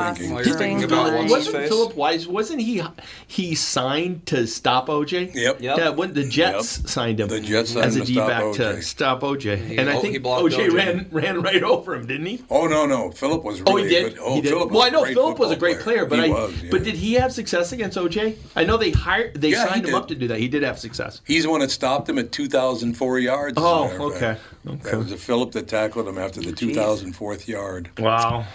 thinking.
wasn't Philip Wise? Wasn't he? He signed to stop OJ. Yep.
Yep.
Yeah. When the Jets signed him. The
Jets
as
signed
a
him to stop
D-back
OJ.
to stop OJ.
He-
and I
oh,
think
he blocked
OJ,
OJ.
ran ran right over him, didn't he?
Oh no, no. Philip was really
oh, he did.
good. Oh,
he did.
Philip was
well, I know
a great
Philip was a
football
great player, but
He
I
was,
but did he have success against OJ? I know they hired they
Yeah, he
signed him
did.
up to do that. He did have success.
He's the one that stopped him at 2,004 yards. as a
Oh,
matter of
okay.
fact. That was a Philip that tackled him after the 2004th yard.
Wow.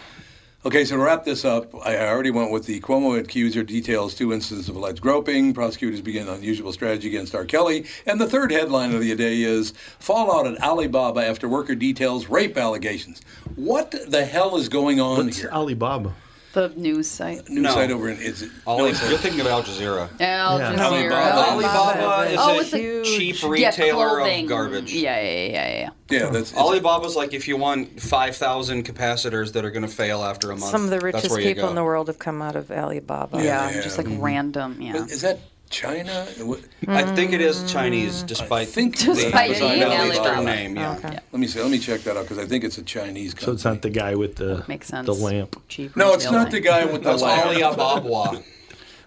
Okay, so to wrap this up, I I already went with the Cuomo accuser details two instances of alleged groping. Prosecutors begin unusual strategy against R. Kelly. And the third headline of the day is Fallout at Alibaba after worker details rape allegations. What the hell is going on
What's
here?
Alibaba?
The news site.
News site over in. Is it,
Ali- you're thinking of Al Jazeera.
Al
Yeah.
Jazeera.
Alibaba. Alibaba
is
oh,
a
it's a
cheap
yeah,
retailer of
clothing.
garbage.
Yeah, yeah, yeah, yeah, yeah.
Yeah, that's
Alibaba's like if you want five thousand capacitors that are going to fail after a month.
Some of the
that's
richest
where you
people
go.
in the world have come out of Alibaba.
Yeah, just like random. Yeah.
Is that China?
Mm.
I think it is Chinese, despite
think
Despite
the
being
Middle
Alibaba.
Eastern
name, yeah.
Let me see. Let me check that out because I think it's a Chinese. Company.
So it's not the guy with the
Makes sense.
the lamp.
Cheap
No, it's
retailing.
not the guy with the
That's
lamp.
Alibaba.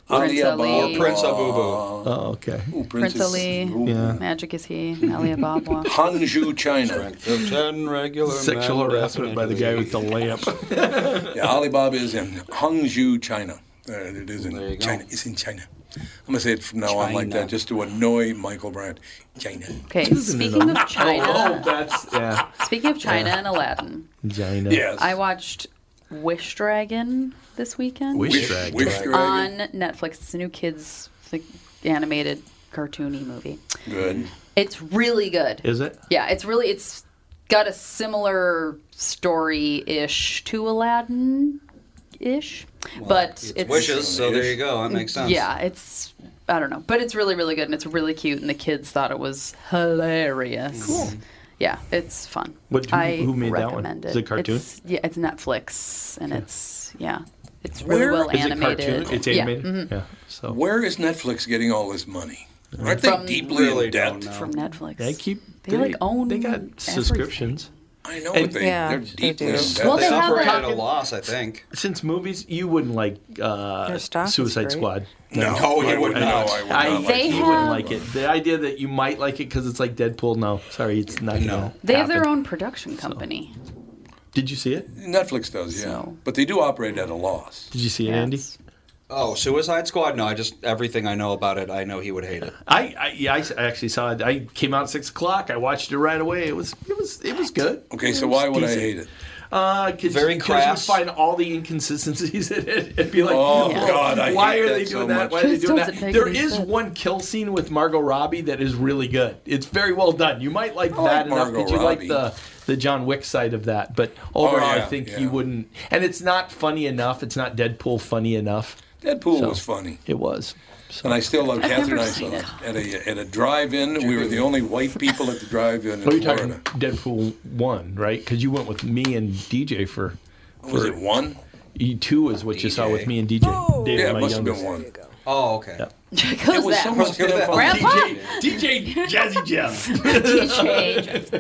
Prince
Alibaba.
Ali.
Prince Abubu.
Oh, okay.
Prince Ali. Magic is he. Alibaba.
Hangzhou, China.
Ten regular
Sexual
men
harassment by the guy with the lamp.
(laughs) Yeah, Alibaba is in Hangzhou, China. There it is in China. It's in China. I'm gonna say it from now on like that, just to annoy Michael Bryant. China.
Okay, speaking of China,
Oh, that's yeah.
speaking of China and Aladdin,
China.
Yes.
I watched Wish Dragon this weekend.
Wish Wish- Dragon. Wish Dragon.
on Netflix. It's a new kids like, animated cartoony movie.
Good.
It's really good.
Is it?
Yeah, it's really it's got a similar story ish to Aladdin ish, but it's,
wishes, so there you go. That makes sense.
Yeah, it's I don't know, but it's really really good and it's really cute and the kids thought it was hilarious. Cool. Yeah, it's fun.
What- who-
I
who made that one?
recommend
Is it cartoon?
It's, yeah, it's Netflix and it's yeah, it's really
Where-
well
Is it
animated.
cartoon? It's
Yeah,
animated?
mhm.
Yeah. So
Where is Netflix getting all this money? Aren't they
From-
deeply
Really
in debt?
from Netflix.
They keep
They, like, own
They got
everything.
subscriptions.
I know
And-
what they,
Yeah,
they're
they
deeply
do.
embedded.
Well, they have
Suffer
a-
at a loss, I think.
Since movies, you wouldn't like uh,
Their stock is
Suicide
great.
Squad.
No, No, you
I
would not. No, I
think
would not like
it.
you
They
wouldn't
have-
like it. The idea that you might like it because it's like Deadpool. No, sorry, it's not. No,
They have their own production company.
Did you see it?
Netflix does, yeah. But they do operate at a loss.
Did you see it, Andy?
Oh, Suicide Squad? No, I just everything I know about it, I know he would hate it.
I, I yeah, I s- I actually saw it. I came out at six o'clock. I watched it right away. It was it was it was good.
Okay,
It
so
was
why would I
decent.
hate it?
Uh, 'cause-
Very
'cause
crass.
You find all the inconsistencies (laughs) in it and be like,
Oh,
"Well,
God, I
why
hate
are
that
they
so
doing that?
much."
Why are they
This
doing
doesn't
that?
make
There
any
is
sense.
one kill scene with Margot Robbie that is really good. It's very well done. You might like
I like
that enough
Margot
that you
Robbie. Oh,
like the the John Wick side of that, but overall, I
yeah,
think
yeah.
you wouldn't. And it's not funny enough. It's not Deadpool funny enough.
Deadpool
So,
was funny.
It was.
And I still love
I've
Catherine. and
never
I saw
seen
it at a at a drive-in. We were the only white people at the drive-in in
What are you
Florida.
talking? Deadpool one, right? Because you went with me and DJ for.
Was it one?
E two is what you saw with me and DJ. David,
yeah, it
my
must have been
youngest.
one.
Oh, okay.
It was so much damn fun.
DJ, DJ
(laughs)
Jazzy Jeff.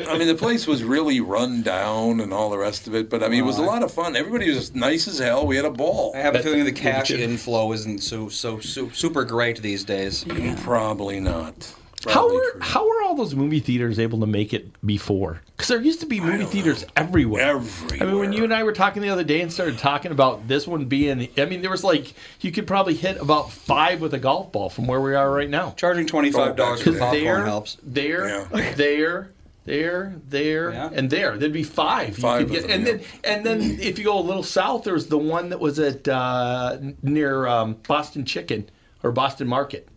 I mean, the place was really run down and all the rest of it, but I mean, it was a lot of fun. Everybody was just nice as hell. We had a ball.
I have a feeling the cash inflow isn't so so, so super great these days.
Mm, Probably not.
How were how were all those movie theaters able to make it before? Because there used to be movie theaters everywhere. Everywhere. I mean, when you and I were talking the other day and started talking about this one being, I mean, there was like you could probably hit about five with a golf ball from where we are right now.
Charging $25 for popcorn
there,
helps.
There, (laughs) there, there, there, and there. There'd be five. You
Five
could get,
of them,
and
yeah.
then and then if you go a little south, there's the one that was at uh, near um, Boston Chicken or Boston Market.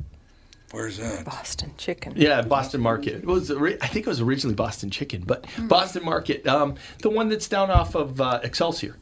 Where's that?
Boston chicken.
Yeah, Boston Market. It was ori- I think it was originally Boston Chicken, but Boston Market, um, the one that's down off of uh, Excelsior,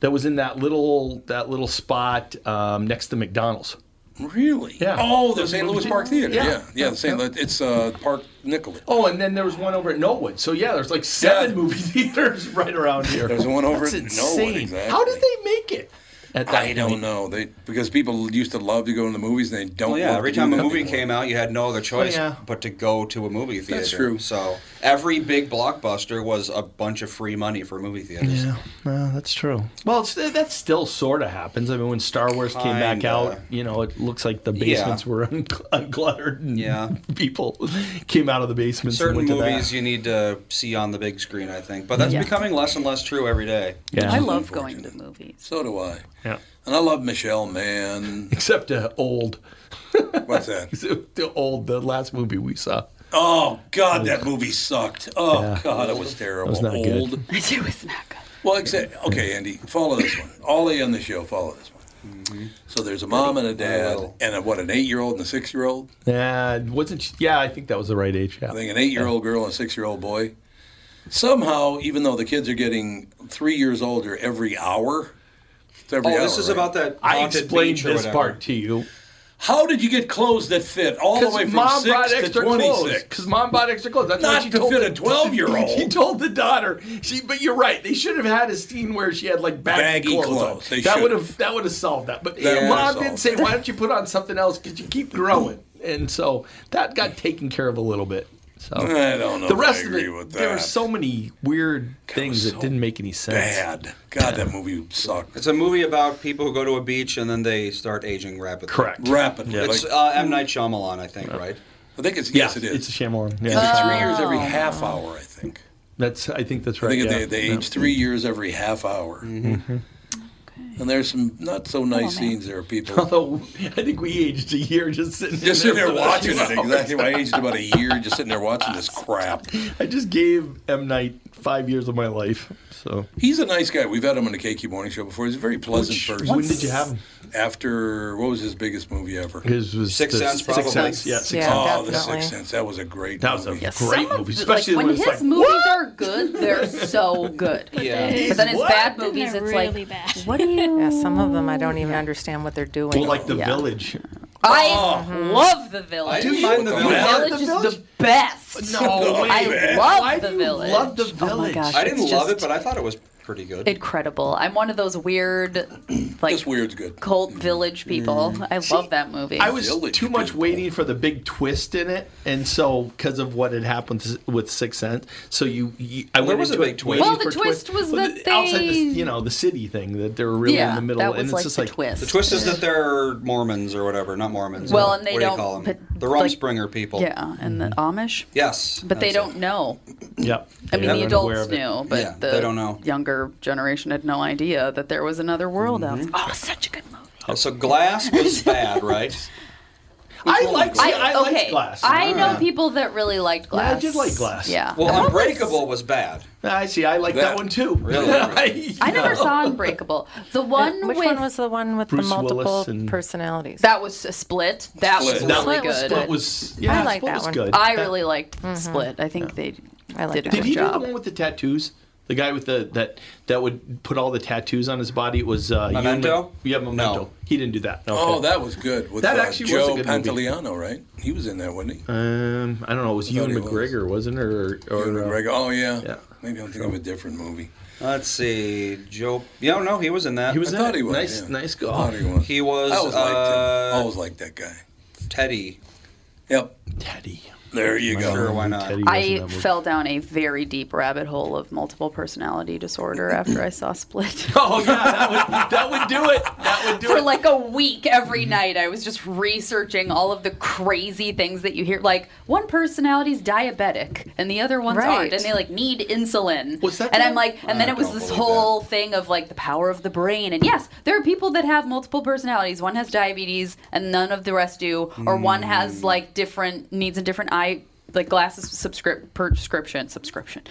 that was in that little that little spot um, next to McDonald's.
Really?
Yeah.
Oh, the
Those
St.
movie
Louis Park
theaters.
Theater. Yeah, yeah, the St. Louis. It's uh, Park Nicollet.
Oh, and then there was one over at Norwood. So yeah, there's like seven movie (laughs) theaters right around here.
There's one over
That's
at
insane.
Norwood. Exactly.
How did they make it?
I don't know. They because people used to love to go to the movies and they don't.
Well, Oh, yeah,
love
every
to do
time a
that
movie
anymore.
came out, you had no
Oh,
other choice
yeah.
but to go to a movie theater.
That's true.
So every big blockbuster was a bunch of free money for movie theaters.
Yeah, well, that's true. Well, it's, that still sort of happens. I mean, when Star Wars came back
Kinda.
out, you know, it looks like the basements were (laughs) un- uncluttered. And
Yeah.
(laughs) people came out of the basements.
Certain
and went
movies
To
you need to see on the big screen, I think, but that's
Yeah.
becoming less and less true every day.
Yeah. I love
going to movies.
So do I.
Yeah.
And I love Michelle Mann.
(laughs) Except uh, old.
What's that?
that. (laughs) the old, the last movie we saw.
Oh God, that movie sucked. Oh
Yeah.
God, it was terrible.
That was not good.
Old.
(laughs) it was not good.
Well, except okay, Andy, follow this one. Ollie on the show, follow this one.
Mm-hmm.
So there's a mom and a dad, and a, what an eight-year-old and a six-year-old.
Yeah, Uh, wasn't. she- Yeah, I think that was the right age. Yeah.
I think an eight-year-old girl and a six-year-old boy. Somehow, even though the kids are getting three years older every hour, it's every
Oh,
hour,
this is
right?
about that
I
haunted
explained
beach or
this
whatever.
part to you.
How did you get clothes that fit all the way from
mom
six
brought
to
extra clothes.
26?
Because mom bought extra clothes. That's
Not
why she
to
told
fit
the-
a
(laughs)
12-year-old.
she told the daughter. She, but you're right. They should have had a scene where she had like baggy,
Baggy
clothes.
clothes. They
On. That
should
would have that would have solved that. But
That would have
mom
solved
did say, "Why don't you put on something else? Because you keep growing." And so that got taken care of a little bit. So
I don't know
The
if
rest
I
of
agree
it,
with
there were
that.
so many weird things that didn't make any sense.
Bad. God, that movie sucked.
It's a movie about people who go to a beach and then they start aging rapidly.
Correct.
Rapidly.
It's
Like-
uh, M. Night Shyamalan, I think, right?
I think it's yes, it is.
It's a Shyamalan.
Is
Yeah,
it three years
Oh.
every half hour? I think.
that's. I think that's
I
right.
think
yeah.
they, they age three years every half hour. And there's some not so nice scenes
(laughs)
there, people.
Although I think we aged a year just sitting
Just sitting there
for the last
watching
few (laughs)
it.
hours.
Exactly. I aged about a year just sitting there watching this crap.
(laughs) I just gave M Night five years of my life. So
He's a nice guy. We've had him on the KQ Morning Show before. He's a very pleasant person.
when did you have him?
After what was his biggest movie ever?
His was Sixth the- Sense, Sixth probably. Sense, yeah, Sixth Yeah,
oh, the
definitely.
Sixth Sense. That was a great.
That was a
movie.
great movie, especially
when
when
his
it's like,
movies are good, they're
(laughs)
so Oh, good.
Yeah.
But then his
What?
bad
Then
movies,
they're
it's
really
like, what do you?
Yeah, some of them I don't even understand what they're doing.
well, like the village.
I
Oh.
love the village.
didn't mind The
the
Village.
village is the best.
(laughs) No, wait a
I
(laughs)
minute.
love
Oh,
Why
the
do you
village.
love The
Oh my
Village?
gosh,
I didn't
it's
love it,
just-
but I thought it was pretty good.
Incredible. I'm one of
(clears throat)
those weird, like
This weird's good. Mm-hmm.
cult village people.
Mm.
I
See,
love that movie.
I was too much waiting for the big twist in it, and so because of what had happened s- with Sixth Sense, so you, you I
There
went
was a
into
big
it
twist.
waiting
Well, the
for
twist was
Well,
that
the- outside the,
they-
you know the city thing that they were really
Yeah,
in the middle,
that was
and
like
it's just
the
like
twist.
The twist is that they're Mormons or whatever, not Mormons.
Well, and they
what do
don't.
you call them?
but,
the
like-
Rumspringer people.
Yeah, and the
Mm-hmm.
Amish.
Yes,
But they
that's
don't know.
Yep.
I mean, the
weren't aware
adults
of it.
knew, but
Yeah,
the
they don't know.
younger generation had no idea that there was another world
Mm-hmm.
out. Oh, such a good movie.
So Glass was bad, right?
I like I, I
okay,
liked Glass.
I know
Yeah.
people that really liked
Yeah,
Glass.
I did like Glass.
Yeah.
(laughs)
Well, Unbreakable was bad.
I see. I like that, one too. (laughs) Really?
I never saw Unbreakable. The one
Which
with
one was the one with
Bruce
the
Willis
multiple
and-
personalities?
that was a Split. (laughs) That was
Split.
really
That was-
good.
Split was- yeah,
I like
Split
that
was
one.
good.
I
That-
really liked Split. I think they did a
Did
good
he do
job.
the one with the tattoos? The guy with the that that would put all the tattoos on his body. It was uh, Yuma-
Memento?
yeah, Memento. He didn't do that. Okay.
Oh, that was good. With
That
uh,
actually was a
Joe
good movie.
Pantoliano, right? He was in there, wasn't he?
Um, I don't know. It was
I thought
Ewan
he was.
McGregor, was. not it? Or, or uh,
Ewan McGregor. Oh yeah.
Yeah.
Maybe I'm thinking of a different movie.
Let's see, Joe. Yeah, no, he was in that.
He was I in thought it. he was, Nice- yeah. nice I thought he was.
He was.
I always liked him.
uh,
I always liked that guy.
Teddy.
Yep.
Teddy.
There you
I'm
go.
Sure, why not?
I fell down a very deep rabbit hole of multiple personality disorder after I saw Split.
Oh yeah, that would (laughs) that would do it. That would do
For
it. Mm-hmm.
like a week every night, I was just researching all of the crazy things that you hear. Like one personality's diabetic and the other ones
Right.
aren't, and they like need insulin.
Was that
and
the-
I'm like, and
Uh,
then
I
it was
don't
this
believe
whole thing of like the power of the brain. And yes, there are people that have multiple personalities. One has diabetes, and none of the rest do, or one
Mm.
has like different needs a different eye like glasses subscrip- prescription subscription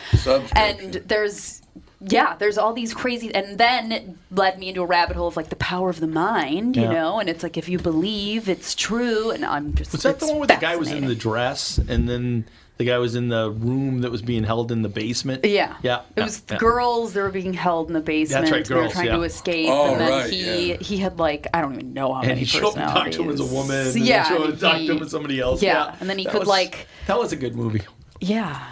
and there's yeah there's all these crazy and then it led me into a rabbit hole of like the power of the mind you
Yeah.
know and it's like if you believe it's true and i'm just
Was that the
it's
one where the guy was in the dress and then the guy was in the room that was being held in the basement?
Yeah.
Yeah.
It
yeah,
was
yeah.
girls that were being held in the basement.
right,
They were
girls,
trying
yeah.
to escape,
Oh,
and then
right,
he he had like I don't even know how
And
many
he showed up and talked to him as a woman. And then
Yeah,
showed up
and
and talked to
he-
him as somebody else.
yeah, and then he
That
could,
was-
like-
That was a good movie.
Yeah.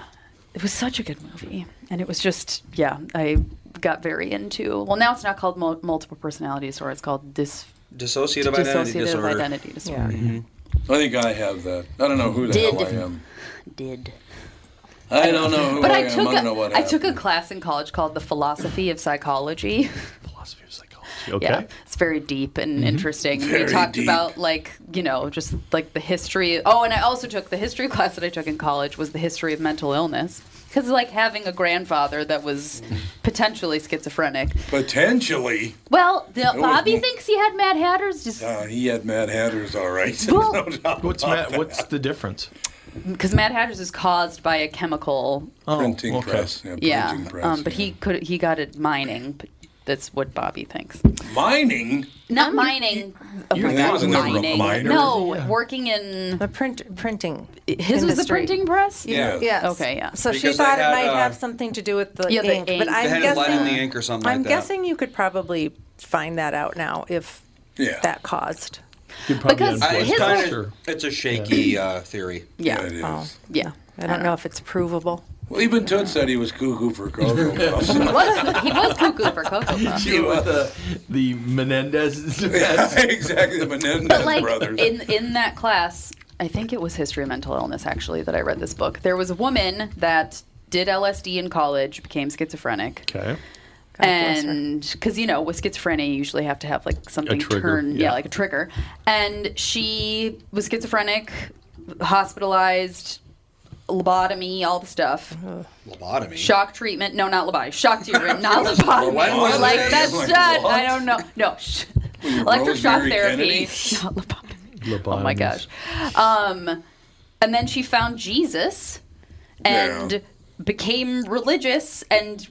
It was such a good movie. And it was just, yeah, I got very into. Well, now it's not called mul- multiple personality disorder. It's called dis-
Dissociative identity
dissociative
disorder.
identity disorder. Mm-hmm.
I think I have that. I don't know who the
Did.
hell I am.
Did.
I don't know
(laughs)
who
but
I,
I,
am.
took
I don't know what
a, I took a class in college called the philosophy of psychology. (laughs)
Okay.
Yeah, it's very deep and interesting. And we
Very
talked
deep.
about like you know just like the history. Oh, and I also took the history (laughs) class that I took in college was the history of mental illness because like having a grandfather that was potentially schizophrenic.
Potentially.
Well, the,
It was-
Bobby thinks he had Mad Hatter's just
Uh, he had Mad Hatters, all right. (laughs)
Well-
What's Matt, what's the difference?
because Mad Hatter's is caused by a chemical.
printing press. Yeah.
yeah,
Printing press.
um, but he could he got it mining. But that's what Bobby thinks.
Mining.
Not mining. Oh
You're-
my
that
God,
was never a
mining. (laughs)
miner.
No,
Yeah.
working in
the print printing.
His was the
industry.
printing press.
Yeah.
Yes.
Okay. Yeah.
So she
Because they
thought
had,
it might
uh,
have something to do with the
Yeah, the
ink,
ink.
but
They
I'm
had it
guessing
lying on the ink or something
I'm
like that.
guessing you could probably find that out now if
Yeah.
that caused.
Because
Uh, it's,
his
kinda-
whole-
it's a shaky uh, theory.
Yeah.
it is.
Oh.
Yeah.
I don't know if it's provable.
Well, even Toot said he was cuckoo for Cocoa
(laughs)
Puffs.
he was, he was cuckoo for
(laughs)
Cocoa Puffs.
She was the, the Menendez.
(laughs)
exactly,
the Menendez (laughs)
But like in in that class, I think it was history of mental illness actually that I read this book. There was a woman that did LSD in college, became schizophrenic.
Okay.
God bless her.
and because you know with schizophrenia you usually have to have like something
trigger,
turn yeah.
yeah.
like a trigger and she was schizophrenic hospitalized lobotomy all the stuff
Lobotomy.
shock treatment no not lobotomy shock treatment not lobotomy
When was
like
this?
that's
Like,
that
what?
i don't know no sh-
you
electroshock
Rosemary
therapy not Oh my gosh. Um, and then she found Jesus and
Yeah.
became religious and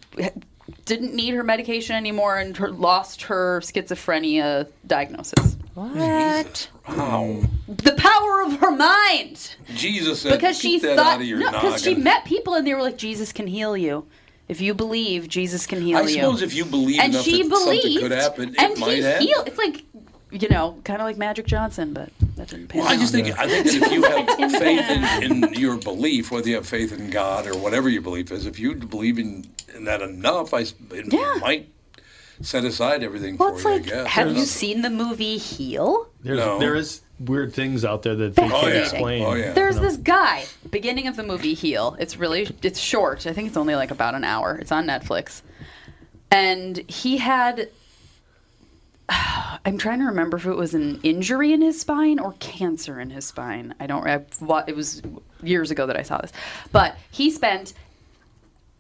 didn't need her medication anymore and her, lost her schizophrenia diagnosis.
What?
Wow.
The power of her mind.
Jesus said,
because she
"Keep that
thought
out of your
no, because she
noggin."
met people and they were like, Jesus can heal you. If you believe, Jesus can heal
I
you.
suppose if you believe
and
enough
she
that
believed,
something could happen, it
and
might
he
happen.
healed. It's like you know, kind of like Magic Johnson, but that didn't pan
Well, I
out.
just think I think that if
(laughs)
you have faith in, in your belief, whether you have faith in God or whatever your belief is, if you believe in, in that enough, I s- it might set aside everything
Well,
for
it's
you.
like,
I guess.
have you seen the movie Heal?
There's,
No. Oh,
There is weird things out there that they
(laughs) Fascinating.
can't explain.
There's
you know.
this guy, beginning of the movie Heal. It's really it's short. I think it's only like about an hour. It's on Netflix. And he had (sighs) I'm trying to remember if it was an injury in his spine or cancer in his spine. I don't I, what it was years ago that I saw this. But he spent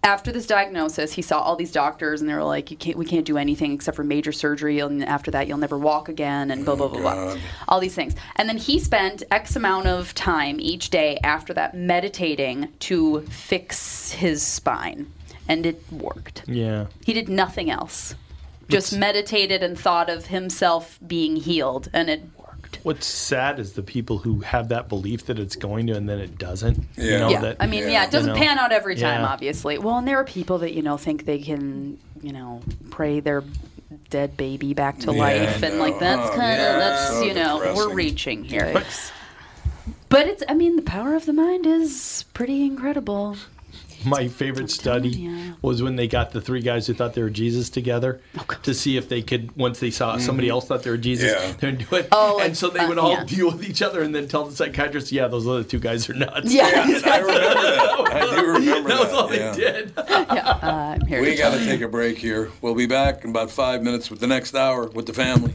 after this diagnosis, he saw all these doctors, and they were like, "You can't, we can't do anything except for major surgery, and after that, you'll never walk again, and blah blah blah blah, all these things." And then he spent X amount of time each day after that meditating to fix his spine, and it worked.
Yeah.
He did nothing else, just meditated and thought of himself being healed, and it
What's sad is the people who have that belief that it's going to and then it doesn't. you know,
yeah.
that-
I mean, yeah, it doesn't
you know.
pan out every time,
Yeah.
obviously. Well, and there are people that you know think they can, you know, pray their dead baby back to
Yeah,
life,
I
and like
know.
that's
Oh,
kind of
yeah,
that's
so
you know we're
depressing.
reaching here.
Yikes.
But it's, I mean, the power of the mind is pretty incredible.
My favorite study was when they got the three guys who thought they were Jesus together
Oh,
to see if they could, once they saw somebody
Mhm.
Mm-hmm.
else thought they were Jesus,
Yeah.
they would do it.
Oh,
and so they would all deal with each other and then tell the psychiatrist, yeah, those other two guys are nuts.
Yeah. Yeah, (laughs) I remember
(laughs)
that. I do remember
That was
that,
all
yeah.
they did.
(laughs) yeah, uh, I'm here.
We
to
got to
tell you.
take a break here. We'll be back in about five minutes with the next hour with the family.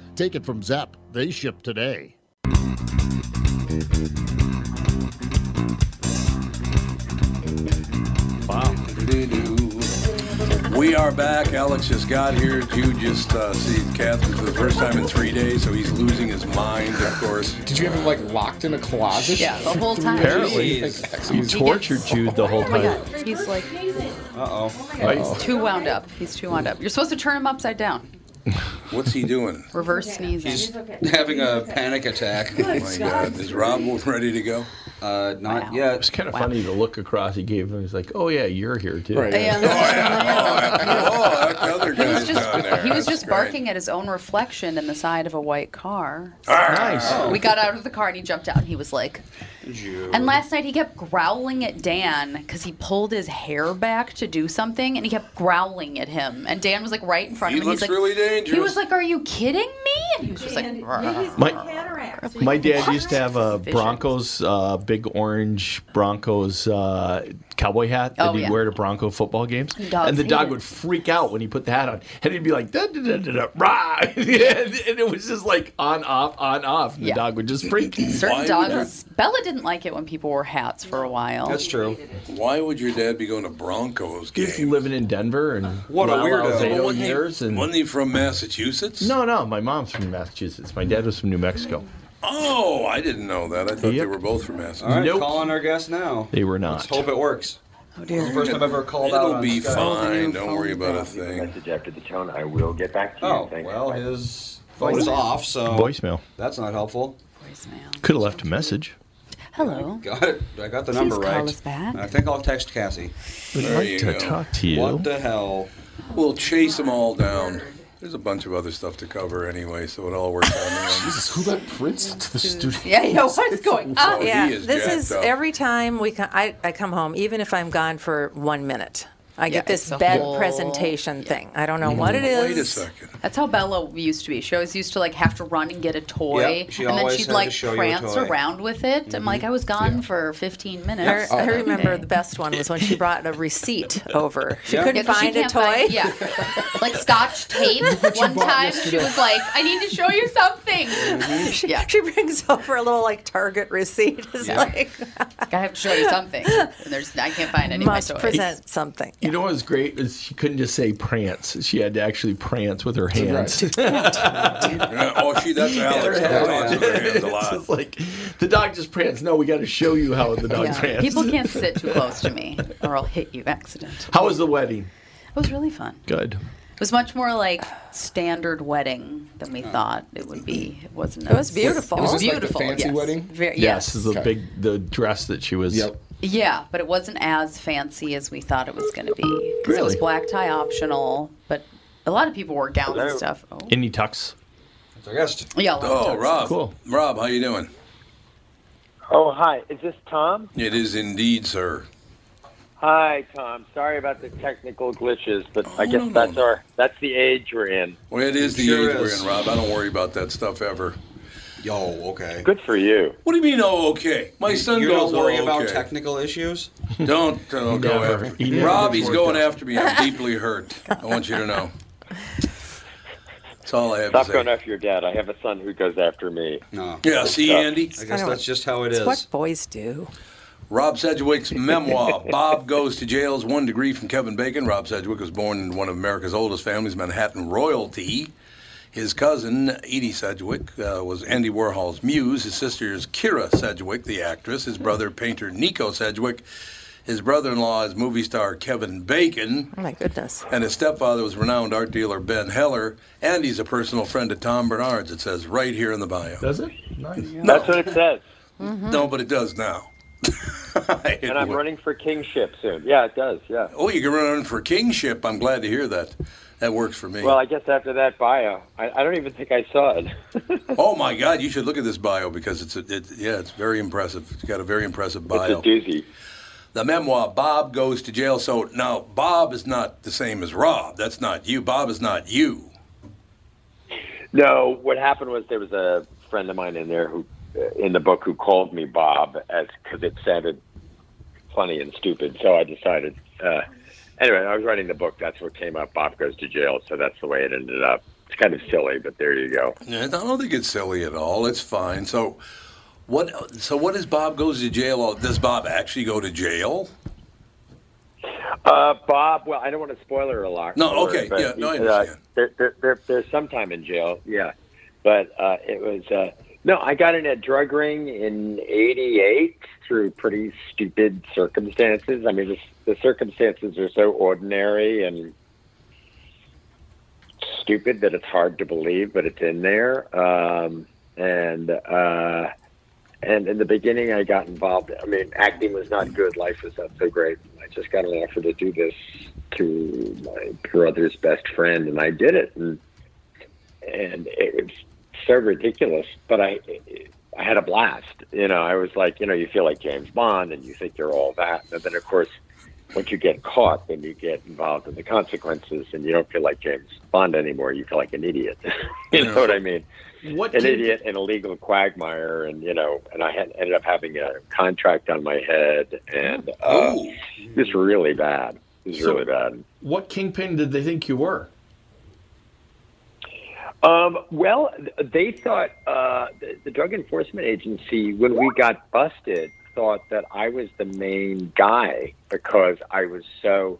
Take it from Zep. They ship today.
Wow. We are back. Alex just got here. Jude just uh, sees Catherine for the first time in three days, so he's losing his mind, of course.
Did you have him like locked in a closet?
Yeah, the whole time.
Apparently, you tortured Jude the whole
Oh my
time.
god, he's like,
Uh
God, he's too wound up. He's too wound up. You're supposed to turn him upside down,
What's he doing?
reverse sneezing.
(laughs)
Having a panic attack.
Oh my God. Is Rob ready to go?
Uh, not yet. It
was kind of funny to look across. He gave him. He's like, "Oh yeah, you're here too."
Right. Yeah. Oh,
(laughs) Oh,
(laughs)
other
He was just, he was just barking at his own reflection in the side of a white car.
Ah.
Nice.
We got out of the car and he jumped out and he was like, and last night he kept growling at Dan because he pulled his hair back to do something and he kept growling at him. And Dan was like right in front
He
of him. He's
looks
like,
really dangerous.
He was like, Are you kidding me? And he was just like,
my, my dad used to have a Broncos, uh, big orange Broncos uh, cowboy hat that
Oh,
he'd
yeah.
wear to Bronco football games.
And dogs
and the
hate
dog
it.
would freak out when he put the hat on. And he'd be like, da da da da da, rah. (laughs) and it was just like on, off, on, off. And The
Yeah.
dog would just freak.
Certain dogs. Bella didn't like it when people wore hats for a while.
That's
true.
Why would your dad be going to Broncos
He's living in Denver and
What a
Lyle
weirdo.
Alzado
Well, wasn't he-
years and
wasn't he from Massachusetts?
No, no, my mom's from Massachusetts. My dad was from New Mexico.
Oh, I didn't know that. I thought they were both from Massachusetts.
All right, calling our guest now.
They were not.
Let's hope it works.
Oh
dear. First time I've ever called
It'll
out.
It'll
on
be
Skype.
fine. Don't worry about a thing.
Message after the tone. I will get back to you.
Oh
Thanks.
well,
Bye.
his phone is off, so
Voicemail.
That's not helpful.
Could have left a message.
Hello.
Got it. I got the
Please
number
call
right.
us back.
I think I'll text Cassie.
Would
There
like
you
to
go.
talk to you.
What the hell?
We'll chase them all down. There's a bunch of other stuff to cover anyway, so it all works out. Jesus, who let Prince to the studio?
Yeah, yeah, what is going on?
Oh, he
yeah,
is
this
jacked
is
up.
every time we co- I, I come home, even if I'm gone for one minute, I
Yeah,
get this
it's a
bed
whole-
presentation thing. I don't know what it is.
Mm-hmm. Wait a second.
That's how Bella used to be. She always used to like have to run and get a toy,
Yep, she
and then
always
she'd
had
like
to show you a
prance
toy.
around with it. I'm like, I was gone for 15
I,
minutes.
I remember the best one was when she brought a
(laughs)
receit over. She
Yeah.
couldn't
Yeah, 'cause she
find a
can't
toy.
find- yeah.
(laughs)
like scotch tape. One time she
yesterday. Mm-hmm.
was like, I need to show you something.
she, she brings over a little like Target receipt. It's
Yeah.
like
I have to show you something. And there's I can't find any
Must
of my toys.
present something.
You know what was great is she couldn't just say prance. She had to actually prance with her hands. (laughs)
Yeah, oh, she, that's Alex. That talks with her hands a lot.
It's like the dog just pranced. No, we got to show you how the dog
Yeah.
pranced.
People can't sit
(laughs)
too close to me, or I'll hit you accident.
How was the wedding?
It was really fun.
Good.
It was much more like standard wedding than
Hmm.
we thought it would be. It wasn't.
It was beautiful.
It was,
Was this like the
beautiful.
fancy
yes.
wedding?
Very,
yes,
yes.
the big the dress that she was. Yep.
Yeah, but it wasn't as fancy as we thought it was going to be. 'Cause It was
Really?
black tie optional, but a lot of people wore gowns and stuff. Oh,
Any tux?
That's our guest.
Yeah, I'll
Oh,
talk
Rob.
to
Rob, how you doing?
Oh, hi. Is this Tom?
It is indeed, sir.
Hi, Tom. Sorry about the technical glitches, but
Oh,
I guess
no, no,
that's our that's the age we're in.
Well, it is the
Sure
age
is.
we're in, Rob. I don't worry about that stuff ever.
Yo, okay.
Good for you.
What do you mean, oh, okay? My son
you
goes,
don't worry
"Oh,
about
okay."
technical issues.
(laughs) Don't uh, go
Never.
after
He
me.
never
Rob,
gets
he's
worked
going
up.
after me. I'm deeply hurt. I want you to know. That's all I have
Stop
to say.
going after your dad. I have a son who goes after me.
No.
Yeah, see, Andy?
I guess that's just how it
It's
is.
what
boys do.
Rob Sedgwick's memoir, Bob Goes to Jail's One Degree from Kevin Bacon. Rob Sedgwick was born in one of America's oldest families, Manhattan royalty. His cousin, Edie Sedgwick, uh, was Andy Warhol's muse. His sister is Kira Sedgwick, the actress. His brother, painter Nico Sedgwick. His brother in law is movie star Kevin Bacon.
Oh my goodness.
And his stepfather was renowned art dealer Ben Heller. And he's a personal friend of Tom Bernard's, it says right here in the bio.
Does it? Nice.
That's what it says.
No, but it does now. (laughs)
And I'm running for kingship soon. Yeah, it does. Yeah.
Oh, you can run for kingship. I'm glad to hear that. That works for me.
Well, I guess after that bio, I, I don't even think I saw it.
(laughs)
(laughs)
oh my God, you should look at this bio because it's a, it, yeah, it's very impressive. It's got a very impressive bio.
It's a doozy.
The memoir Bob goes to jail. So now Bob is not the same as Rob. That's not you. Bob is not you.
No, what happened was there was a friend of mine in there who, uh, in the book, who called me Bob as because it sounded funny and stupid. So I decided. Uh, anyway, I was writing the book. That's what came up. Bob goes to jail. So that's the way it ended up. It's kind of silly, but there you go.
Yeah, I don't think it's silly at all. It's fine. So what? So what is Bob goes to jail? all- Does Bob actually go to jail?
Uh, Bob. Well, I don't want to spoil her a lot.
No,
for her,
okay,
but,
yeah, no, I
uh,
understand.
they're, they're, they're, they're sometime in jail. Yeah, but uh, it was. Uh, no, I got in a drug ring in '88 through pretty stupid circumstances. I mean, the, the circumstances are so ordinary and stupid that it's hard to believe, but it's in there. Um, and uh, And in the beginning, I got involved. I mean, acting was not good. Life was not so great. I just got an offer to do this to my brother's best friend, and I did it. And and it was so ridiculous, but I I had a blast. You know, I was like, you know, you feel like James Bond, and you think you're all that, and then of course, once you get caught, then you get involved in the consequences, and you don't feel like James Bond anymore. You feel like an idiot. (laughs) you know what I mean?
What
an
did-
idiot and a legal quagmire, and you know, and I had, ended up having a contract on my head, and uh, it was really bad. It was
So-
really bad.
What kingpin did they think you were?
Um, well, th- they thought uh, the, the Drug Enforcement Agency, when we got busted, thought that I was the main guy because I was so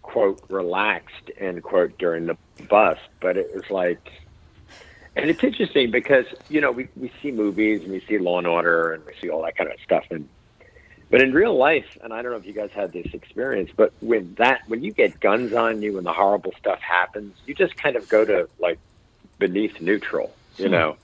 quote relaxed end quote during the bust. But it was like, and it's interesting because you know we we see movies and we see Law and Order and we see all that kind of stuff, and but in real life, and I don't know if you guys had this experience, but when that when you get guns on you and the horrible stuff happens, you just kind of go to like beneath neutral, you
Hmm.
know,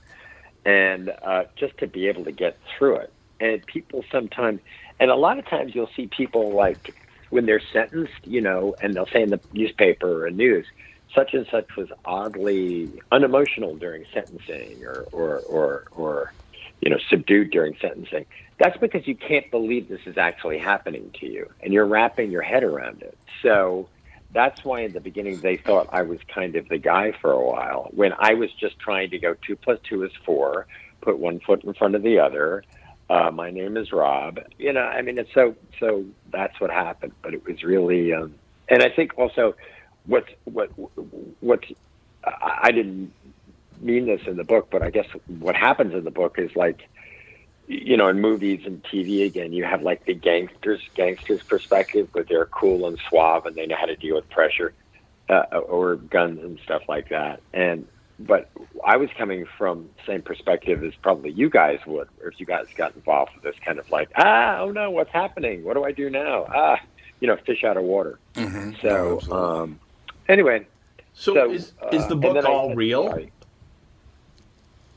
and uh, just to be able to get through it. And people sometimes, and a lot of times you'll see people like when they're sentenced, you know, and they'll say in the newspaper or news, such and such was oddly unemotional during sentencing or, or, or, or you know, subdued during sentencing. That's because you can't believe this is actually happening to you and you're wrapping your head around it. So that's why in the beginning they thought I was kind of the guy for a while when I was just trying to go two plus two is four, put one foot in front of the other. Uh, my name is Rob. You know, I mean, it's so, so that's what happened, but it was really, um, and I think also what's, what, what's, I I didn't mean this in the book, but I guess what happens in the book is like, you know, in movies and TV again, you have like the gangsters, gangsters perspective, but they're cool and suave and they know how to deal with pressure uh, or guns and stuff like that. And but I was coming from the same perspective as probably you guys would, or if you guys got involved with this kind of like, ah, oh no, what's happening? What do I do now? Ah, you know, fish out of water. So um, anyway,
Mm-hmm. so, is, is the
uh,
book
and then I-
all real?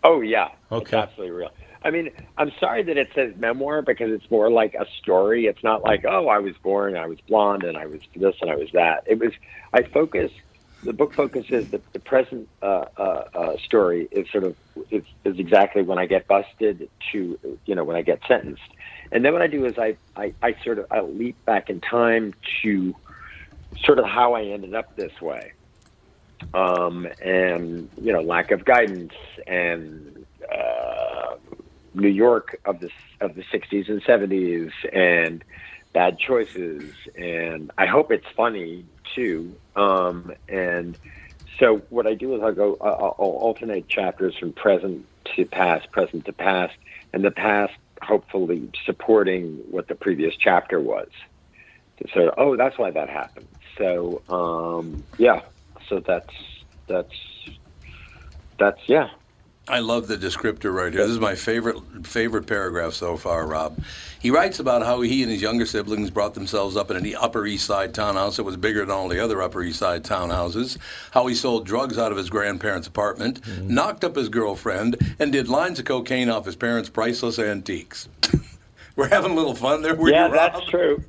Oh yeah. It's
Okay.
absolutely real. I mean, I'm sorry that it says memoir because it's more like a story. It's not like, oh, I was born, I was blonde, and I was this and I was that. It was. I focus. The book focuses the, the present uh, uh, uh, story is sort of is, is exactly when I get busted to you know when I get sentenced, and then what I do is I I, I sort of I leap back in time to sort of how I ended up this way um, and you know lack of guidance and uh, New York of the of the 60s and 70s and bad choices and I hope it's funny too um, and so what I do is I go I'll, I'll alternate chapters from present to past present to past and the past hopefully supporting what the previous chapter was so oh that's why that happened so um, yeah so that's that's that's yeah
I love the descriptor right here. This is my favorite favorite paragraph so far, Rob. He writes about how he and his younger siblings brought themselves up in an e, Upper East Side townhouse that was bigger than all the other Upper East Side townhouses, how he sold drugs out of his grandparents' apartment, knocked up his girlfriend, and did lines of cocaine off his parents' priceless antiques. (laughs) We're having a little fun there, weren't
yeah
you, Rob?
that's true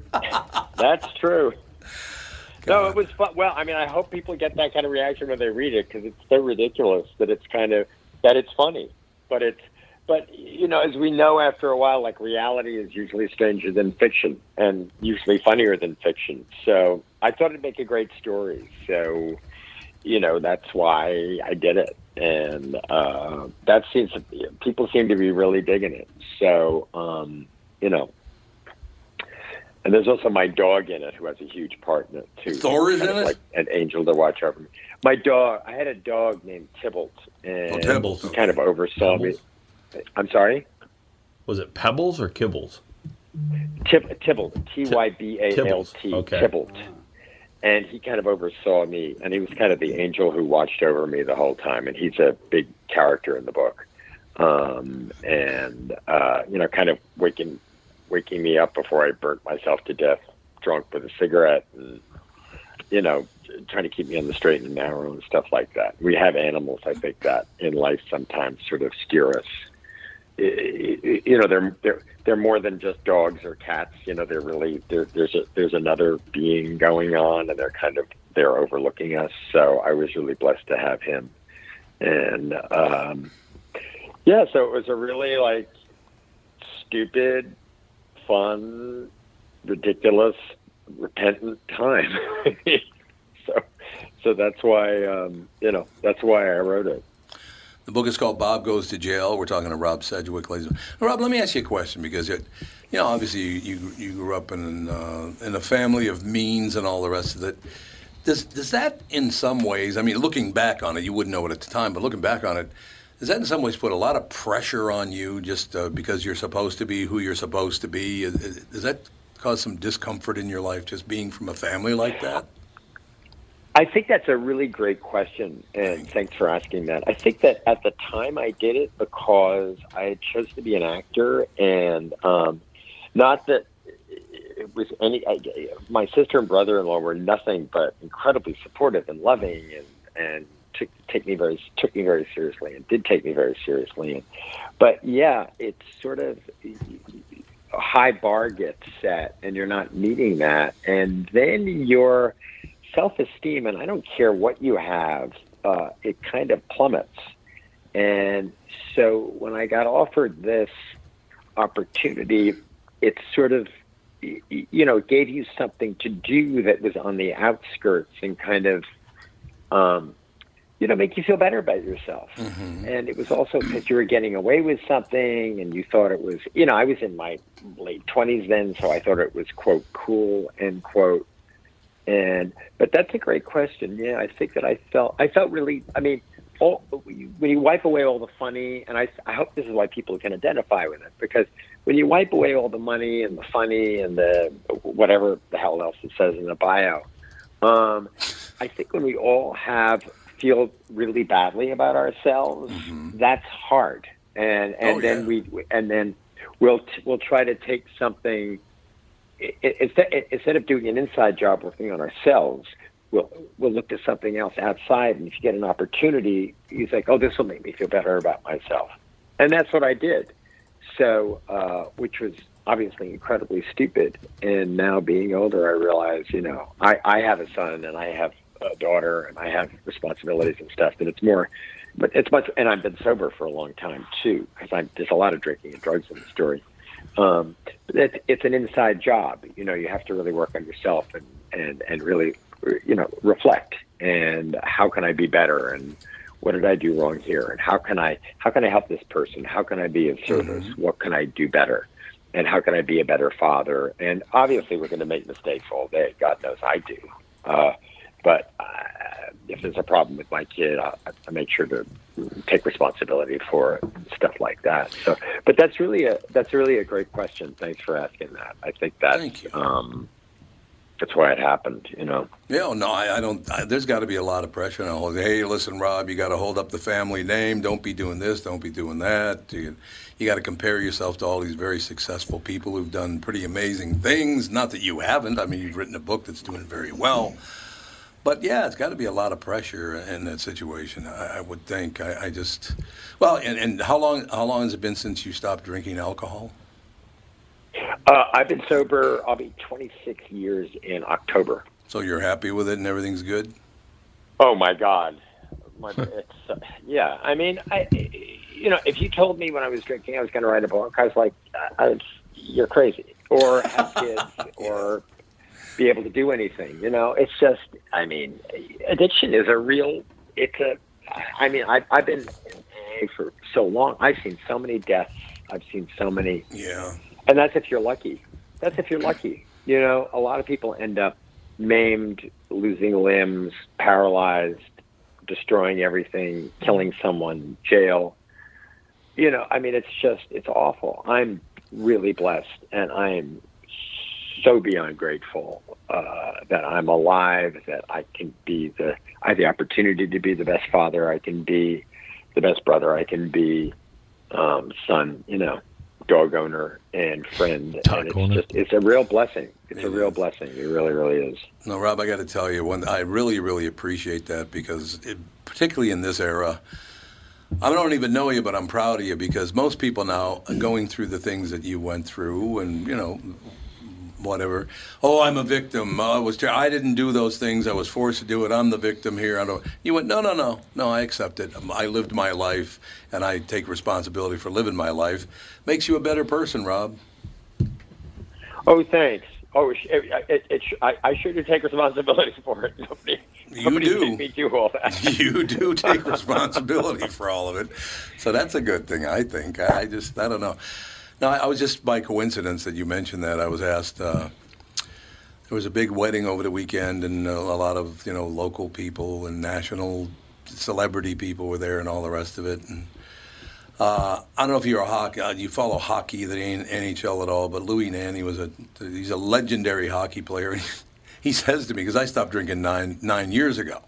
that's true no it was fun well i mean i hope people get that kind of reaction when they read it because it's so ridiculous that it's kind of that it's funny but it's but you know as we know after a while like reality is usually stranger than fiction and usually funnier than fiction so i thought it'd make a great story so you know that's why i did it and uh, that seems to be, people seem to be really digging it so um, you know and there's also my dog in it who has a huge part in it too.
Thor is
Kind of
in it?
Like an angel to watch over me. My dog. I had a dog named Tybalt, and
Oh, Tybalt,
he kind of oversaw me. I'm sorry,
Was it Pebbles or Kibbles?
Tib- Tybalt. T y b a l t.
Tybalt, okay.
Tybalt. And he kind of oversaw me, and he was kind of the angel who watched over me the whole time. And he's a big character in the book, um, and uh, you know, kind of waking waking me up before I burnt myself to death, drunk with a cigarette, and you know, trying to keep me on the straight and narrow and stuff like that. We have animals, I think, that in life sometimes sort of steer us i- i- you know they're they're they're more than just dogs or cats. You know they're really there there's a, there's another being going on, and they're kind of they're overlooking us. So I was really blessed to have him, and um, yeah, so it was a really like stupid, fun, ridiculous, repentant time. (laughs) so so that's why um, you know that's why I wrote it.
The book is called Bob Goes to Jail. We're talking to Rob Sedgwick, ladies. and gentlemen. Rob, let me ask you a question because it, you know, obviously you you, you grew up in uh, in a family of means and all the rest of it. Does does that in some ways? I mean, looking back on it, you wouldn't know it at the time, but looking back on it, does that in some ways put a lot of pressure on you just uh, because you're supposed to be who you're supposed to be? Is- is- Does that cause some discomfort in your life just being from a family like that?
I think that's a really great question, and thanks for asking that. I think that at the time I did it because I chose to be an actor, and um, not that it was any. I, my sister and brother-in-law were nothing but incredibly supportive and loving, and and took take me very took me very seriously, and did take me very seriously. And, but yeah, it's sort of a high bar gets set, and you're not meeting that, and then you're self esteem, and I don't care what you have, uh, it kind of plummets. And so when I got offered this opportunity, it sort of, y- y- you know, gave you something to do that was on the outskirts and kind of, um, you know, make you feel better about yourself. And it was also because you were getting away with something and you thought it was, you know, I was in my late 20s then, so I thought it was, quote, cool, end quote. And but that's a great question. Yeah, I think that I felt I felt really. I mean, all, when you wipe away all the funny, and I, I hope this is why people can identify with it because when you wipe away all the money and the funny and the whatever the hell else it says in the bio, um, I think when we all have feel really badly about ourselves, that's hard. And and
Mm-hmm. Oh,
then
yeah.
we and then we'll t- we'll try to take something i- i- instead i- instead of doing an inside job working on ourselves. We'll, we'll look to something else outside, and if you get an opportunity, you think, "Oh, this will make me feel better about myself," and that's what I did. So, uh, which was obviously incredibly stupid. And now, being older, I realize, you know, I, I have a son and I have a daughter and I have responsibilities and stuff. That it's more, but it's much. And I've been sober for a long time too, because I'm there's a lot of drinking and drugs in the story. Um, but it's, it's an inside job. You know, you have to really work on yourself and and and really, you know, reflect and how can I be better and what did I do wrong here? And how can I how can I help this person? How can I be of service? What can I do better? And how can I be a better father? And obviously, we're going to make mistakes all day. God knows I do. Uh, but uh, if there's a problem with my kid, I, I make sure to take responsibility for it, and stuff like that. So, but that's really a that's really a great question. Thanks for asking that. I think that's um, that's why it happened. You know.
Yeah, no, I, I don't. I, there's got to be a lot of pressure. Now. Hey, listen, Rob, you got to hold up the family name. Don't be doing this. Don't be doing that. You, you got to compare yourself to all these very successful people who've done pretty amazing things. Not that you haven't. I mean, you've written a book that's doing very well. But yeah, it's got to be a lot of pressure in that situation. I, I would think. I, I just, well, and, and how long? How long has it been since you stopped drinking alcohol?
Uh, I've been sober. I'll be 26
(laughs)
years in October.
So you're happy with it, and everything's good.
Oh my God, my, it's, uh, yeah. I mean, I you know, if you told me when I was drinking I was going to write a book, I was like, I, I, "You're crazy," or have kids, or be able to do anything. You know, it's just. I mean, addiction is a real. It's a. I mean, I've I've been AA for so long. I've seen so many deaths. I've seen so many.
Yeah.
And that's if you're lucky. That's if you're lucky. You know, a lot of people end up maimed, losing limbs, paralyzed, destroying everything, killing someone, jail. You know, I mean, it's just, it's awful. I'm really blessed and I am so beyond grateful uh, that I'm alive, that I can be the, I have the opportunity to be the best father I can be, the best brother I can be, um, son, you know, dog owner and friend. and it's just, it's a real blessing. It's a real blessing. It really, really is.
No, Rob, I got to tell you, one I really, really appreciate that because, it, particularly in this era, I don't even know you, but I'm proud of you because most people now are going through the things that you went through and, you know, whatever. Oh, I'm a victim. Oh, I was ter- I didn't do those things. I was forced to do it. I'm the victim here. I don't. You went, no, no, no. No, I accept it. Um, I lived my life and I take responsibility for living my life. Makes you a better person, Rob.
Oh, thanks. Oh, it, it, it, I, I sure do take responsibility (laughs) for it. Nobody,
You
nobody
do.
made me do all that.
(laughs) You do take responsibility for all of it. So that's a good thing, I think. I I just, I don't know. No, I, I was just by coincidence that you mentioned that. I was asked, uh, there was a big wedding over the weekend, and a, a lot of, you know, local people and national celebrity people were there and all the rest of it. And uh, I don't know if you're a hockey, uh, you follow hockey, the N- NHL at all, but Louis Nanny was a, he's a legendary hockey player. (laughs) he says to me, because I stopped drinking nine, nine years ago.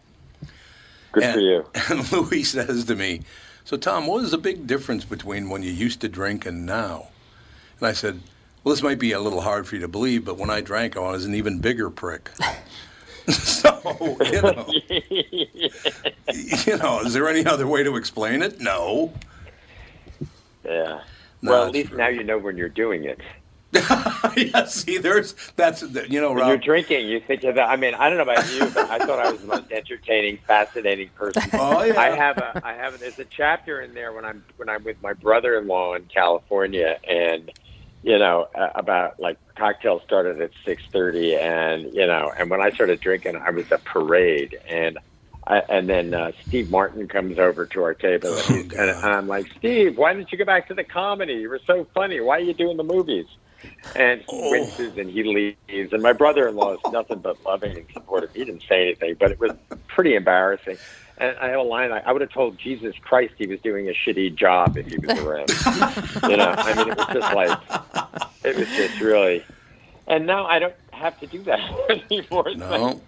Good
and,
for you.
(laughs) And Louis says to me, So, Tom, what is the big difference between when you used to drink and now? And I said, Well, this might be a little hard for you to believe, but when I drank, I was an even bigger prick. (laughs) so,
(laughs)
you know, you know, is there any other way to explain it? No.
Yeah.
No,
well,
it's
at least now you know when you're doing it.
(laughs) yeah, see, there's that's you know,
When
Rob.
you're drinking, you think of that. I mean, I don't know about you, but I thought I was the most entertaining, fascinating person.
(laughs) Oh, yeah.
I have a, I have. There's a chapter in there when I'm when I'm with my brother-in-law in California, and you know uh, about like cocktails started at six thirty, and you know, and when I started drinking, I was a parade, and I, and then uh, Steve Martin comes over to our table, and, he's, and, and I'm like, Steve, why didn't you go back to the comedy? You were so funny. Why are you doing the movies? And he winces and he leaves. And my brother-in-law is nothing but loving and supportive. He didn't say anything, but it was pretty embarrassing. And I have a line. I, I would have told Jesus Christ he was doing a shitty job if he was around. you know, I mean, it was just like it was just really. And now I don't have to do that (laughs) anymore. (laughs)
No.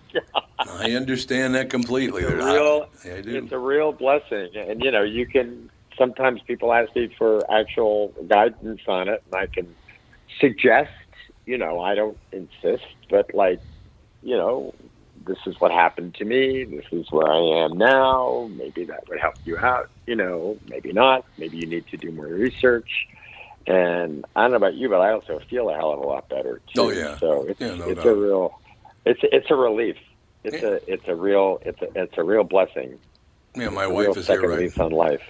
I understand that completely.
It's a
They're not-
real,
I do.
it's a real blessing, and you know, you can. Sometimes people ask me for actual guidance on it, and I can suggest. You know, I don't insist, but like, you know, this is what happened to me. This is where I am now. Maybe that would help you out. You know, maybe not. Maybe you need to do more research. And I don't know about you, but I also feel a hell of a lot better too.
Oh, yeah.
So it's
Yeah, no
it's a
doubt.
real, it's it's a relief. It's
Yeah.
a it's a real it's a it's a real blessing.
Yeah, my
It's a
wife
real
is here
second
right
lease on life.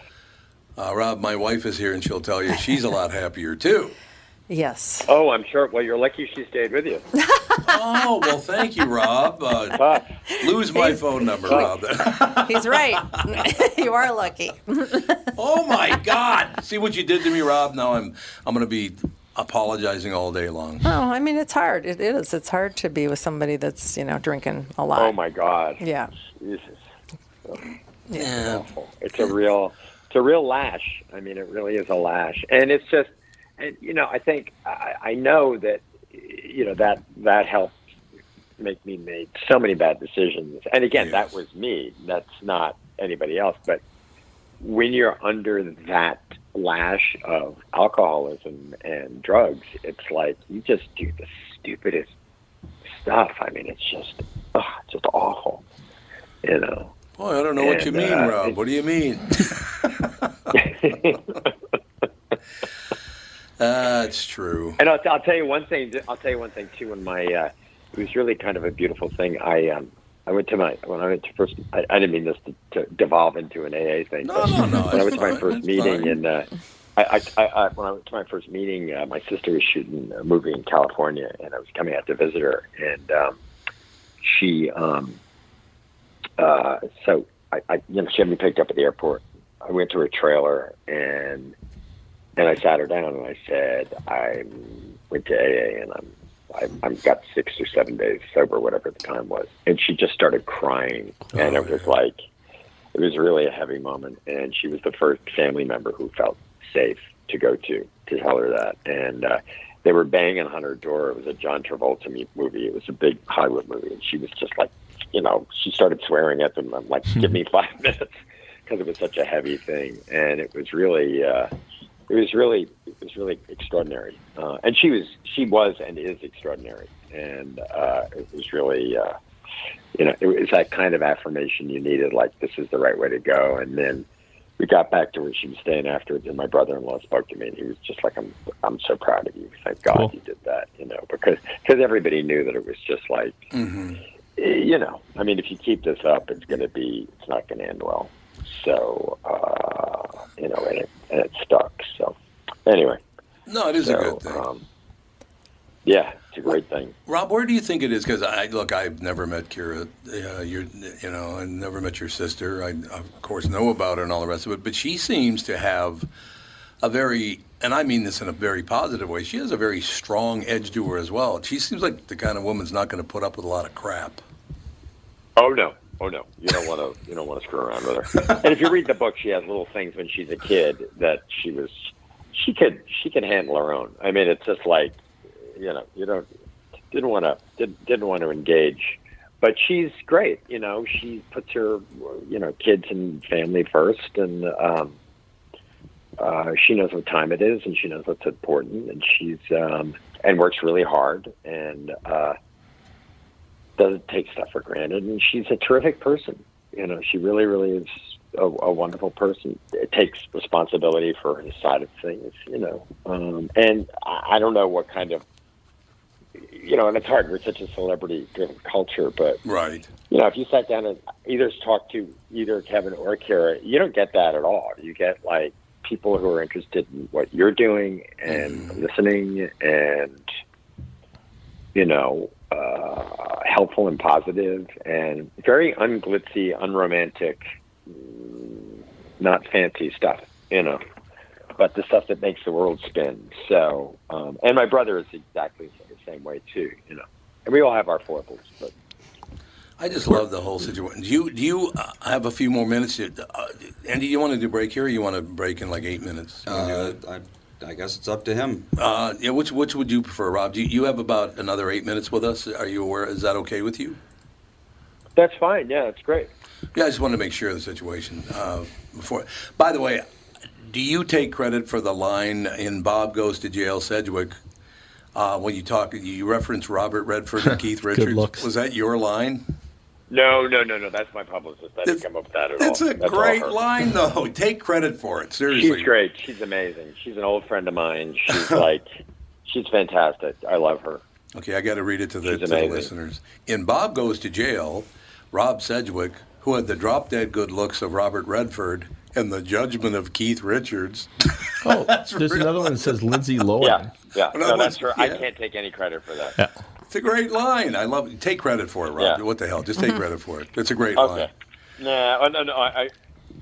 Uh, Rob, my wife is here, and she'll tell you she's a lot happier too.
(laughs)
Yes.
Oh, I'm sure. Well, you're lucky she stayed with you.
(laughs) oh well, thank you, Rob. Uh, lose my phone number, Rob. (laughs)
He's right. (laughs) you are lucky.
oh my God! See what you did to me, Rob. Now I'm I'm gonna be apologizing all day long.
Oh, I mean, it's hard. It is. It's hard to be with somebody that's, you know, drinking a lot.
Oh my God.
Yeah.
Jesus.
Yeah.
It's a real, it's a real lash. I mean, it really is a lash, and it's just, and you know, I think I, I know that, you know, that that helped make me make so many bad decisions. And again, that was me. That's not anybody else. But when you're under that lash of alcoholism and drugs, it's like you just do the stupidest stuff. I mean, it's just, ugh, it's just awful. You know.
Boy, I don't know what
And,
you mean,
uh,
Rob. What do you mean?
(laughs)
(laughs) That's true.
And I'll, I'll tell you one thing. I'll tell you one thing too. When my uh, it was really kind of a beautiful thing. I um, I went to my when I went to first. I, I didn't mean this to, to devolve into an AA thing. but when I went to my first meeting and uh, I, I, I, I when I went to my first meeting, uh, my sister was shooting a movie in California, and I was coming out to visit her, and um, she um, uh, so I, I you know she had me picked up at the airport. I went to her trailer and and I sat her down and I said, I went to AA and I'm, I'm, I've got six or seven days sober, whatever the time was. And she just started crying. and it was like, it was really a heavy moment. And she was the first family member who felt safe to go to, to tell her that. And uh, they were banging on her door. It was a John Travolta me- movie. It was a big Hollywood movie. And she was just like, you know, she started swearing at them. I'm like, give me five minutes because it was such a heavy thing. And it was really, uh, it was really it was really extraordinary uh, and she was she was and is extraordinary and uh, it was really uh, you know it was that kind of affirmation you needed like this is the right way to go and then we got back to where she was staying afterwards, and my brother-in-law spoke to me, and he was just like, "I'm, I'm so proud of you. Thank God you did that." You know, because because everybody knew that it was just like, you know, I mean, if you keep this up, it's going to be, it's not going to end well. So, uh, you know, and it, and it stuck. So, anyway,
No, it is a
So, um,
good thing.
yeah, it's a great thing.
Rob, where do you think it is? Because I look, I've never met Kira. Uh, you, you know, I never met your sister. I, of course, know about her and all the rest of it. But she seems to have a very, and I mean this in a very positive way. She has a very strong edge to her as well. She seems like the kind of woman's not going to put up with a lot of crap.
Oh no, oh no! You don't want to. You don't want to screw around with her. And if you read the book, she has little things when she's a kid that she was. She could. She could handle her own. I mean, it's just like, you know, you don't didn't want to did, didn't want to engage, but she's great. You know, she puts her, you know, kids and family first, and um, uh, she knows what time it is, and she knows what's important, and she's um, and works really hard, and. uh doesn't take stuff for granted, and she's a terrific person. You know, she really, really is a, a wonderful person. It takes responsibility for his side of things. You know, um, and I, I don't know what kind of, you know, and it's hard. We're such a celebrity-driven culture, but
right.
You know, if you sat down and either talked to either Kevin or Kara, you don't get that at all. You get like people who are interested in what you're doing and listening and you know, uh, helpful and positive and very unglitzy, unromantic, mm, not fancy stuff, you know, but the stuff that makes the world spin. So, um, and my brother is exactly the same way too, you know, and we all have our foibles, but
I just love the whole situation. Do you? Do you uh, have a few more minutes? To, uh, Andy, you want to do a break here? or You want to break in like eight minutes?
Uh, I, I guess it's up to him.
Uh, yeah. Which Which would you prefer, Rob? Do you, you have about another eight minutes with us? Are you aware? Is that okay with you?
that's fine. Yeah, that's great.
Yeah, I just wanted to make sure of the situation uh, before. By the way, do you take credit for the line in Bob Goes to Jail, Sedgwick? Uh, when you talk, you reference Robert Redford and Keith Richards.
looks.
Was that your line?
No, no, no, no. That's my publicist. I didn't come up with that at
That's
all.
a
all
great
her.
line, though. (laughs) Take credit for it. Seriously.
She's great. She's amazing. She's an old friend of mine.
(laughs)
She's like, she's fantastic. I love her.
Okay, I got to read it to the,
She's
to the
amazing.
listeners. In Bob Goes to Jail, Rob Sedgwick, who had the drop dead good looks of Robert Redford and the judgment of Keith Richards.
(laughs) Oh, there's another one that says Lindsay Lohan.
Yeah.
Yeah,
Well, that
no, that's
was-
her. I
yeah.
can't take any credit for that.
Yeah.
It's a great line. I love it. Take credit for it, Rob.
Yeah.
What the hell? Just take credit for it. It's a great
Okay.
line.
Nah, oh, no, no, I, I,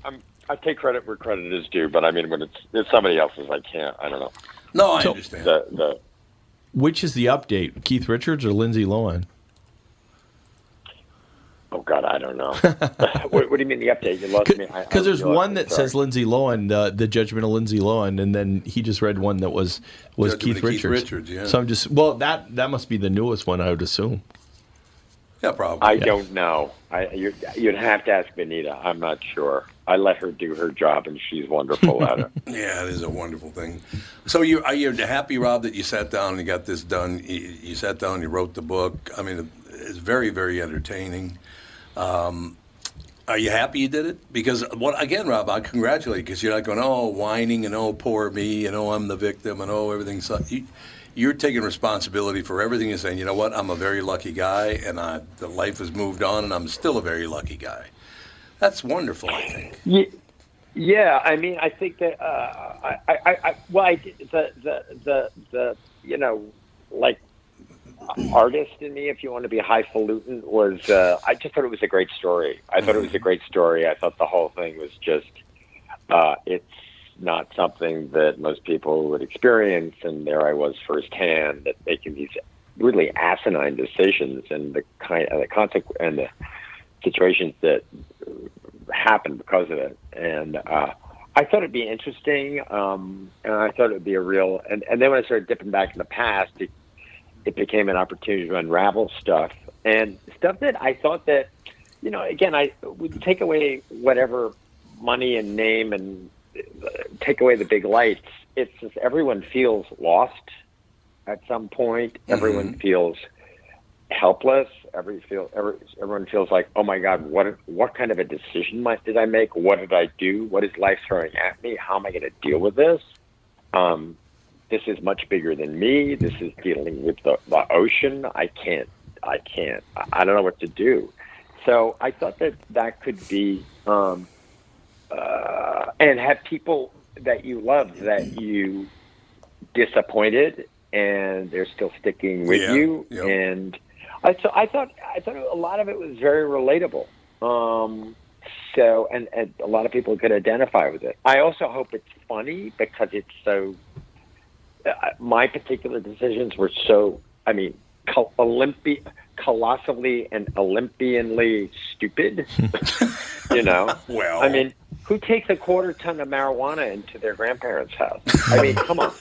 I'm, I take credit where credit is due, but I mean, when it's, it's somebody else's, I can't. I don't know.
No, I
So-
understand.
The, the,
Which is the update, Keith Richards or Lindsay Lohan?
oh God, I
(laughs)
don't know. (laughs) what, what do you mean the update? You lost me. I- I
Because there's
realized
one
it.
that
Sorry.
says Lindsay Lohan, the, the judgment of Lindsay Lohan, and then he just read one that was was
Judgment
Keith
of Keith
Richards.
Richards, yeah.
So I'm just well that that must be the newest one I would assume.
Yeah, probably.
I don't know. I you, you'd have to ask Benita. I'm not sure. I let her do her job, and she's wonderful at it.
(laughs) Yeah, it is a wonderful thing. So you are you happy, Rob, that you sat down and you got this done? You, you sat down, you wrote the book. I mean, it's very, very entertaining. Um, are you happy you did it? Because what again, Rob? I congratulate you because you're not going oh whining and oh poor me and oh I'm the victim and oh everything sucks. You, you're taking responsibility for everything. You're saying, you know what? I'm a very lucky guy, and I, the life has moved on, and I'm still a very lucky guy. That's wonderful. I think.
Ye- Yeah, I mean, I think that uh, I, I, I- I, well, I, did- the, the, the, the, you know, like artist in me, if you want to be highfalutin, was uh, I just thought it was a great story. I thought it was a great story. I thought the whole thing was just, uh, it's not something that most people would experience, and there I was firsthand that making these really asinine decisions and the kind and the consequ- and the situations that happened because of it. And uh, I thought it'd be interesting, um, and I thought it'd be a real. And, and then when I started dipping back in the past, it, it became an opportunity to unravel stuff and stuff that I thought that, you know, again, I would take away whatever money and name and uh, take away the big lights. It's just everyone feels lost at some point. Everyone feels helpless. Every feel, every, everyone feels like, oh my God, what what kind of a decision might, did I make? What did I do? What is life throwing at me? How am I going to deal with this? Um, this is much bigger than me. This is dealing with the, the ocean. I can't. I can't. I, I don't know what to do. So I thought that that could be, um, uh, and have people that you love that you disappointed and they're still sticking with
Yeah,
you.
yep.
And I, so I thought I thought a lot of it was very relatable. Um, so and, and a lot of people could identify with it. I also hope it's funny because it's so. Uh, my particular decisions were so. I mean, col- Olympi- colossally and Olympianly stupid. (laughs) you know.
Well,
I mean, who takes a quarter ton of marijuana into their grandparents' house? I mean, come on.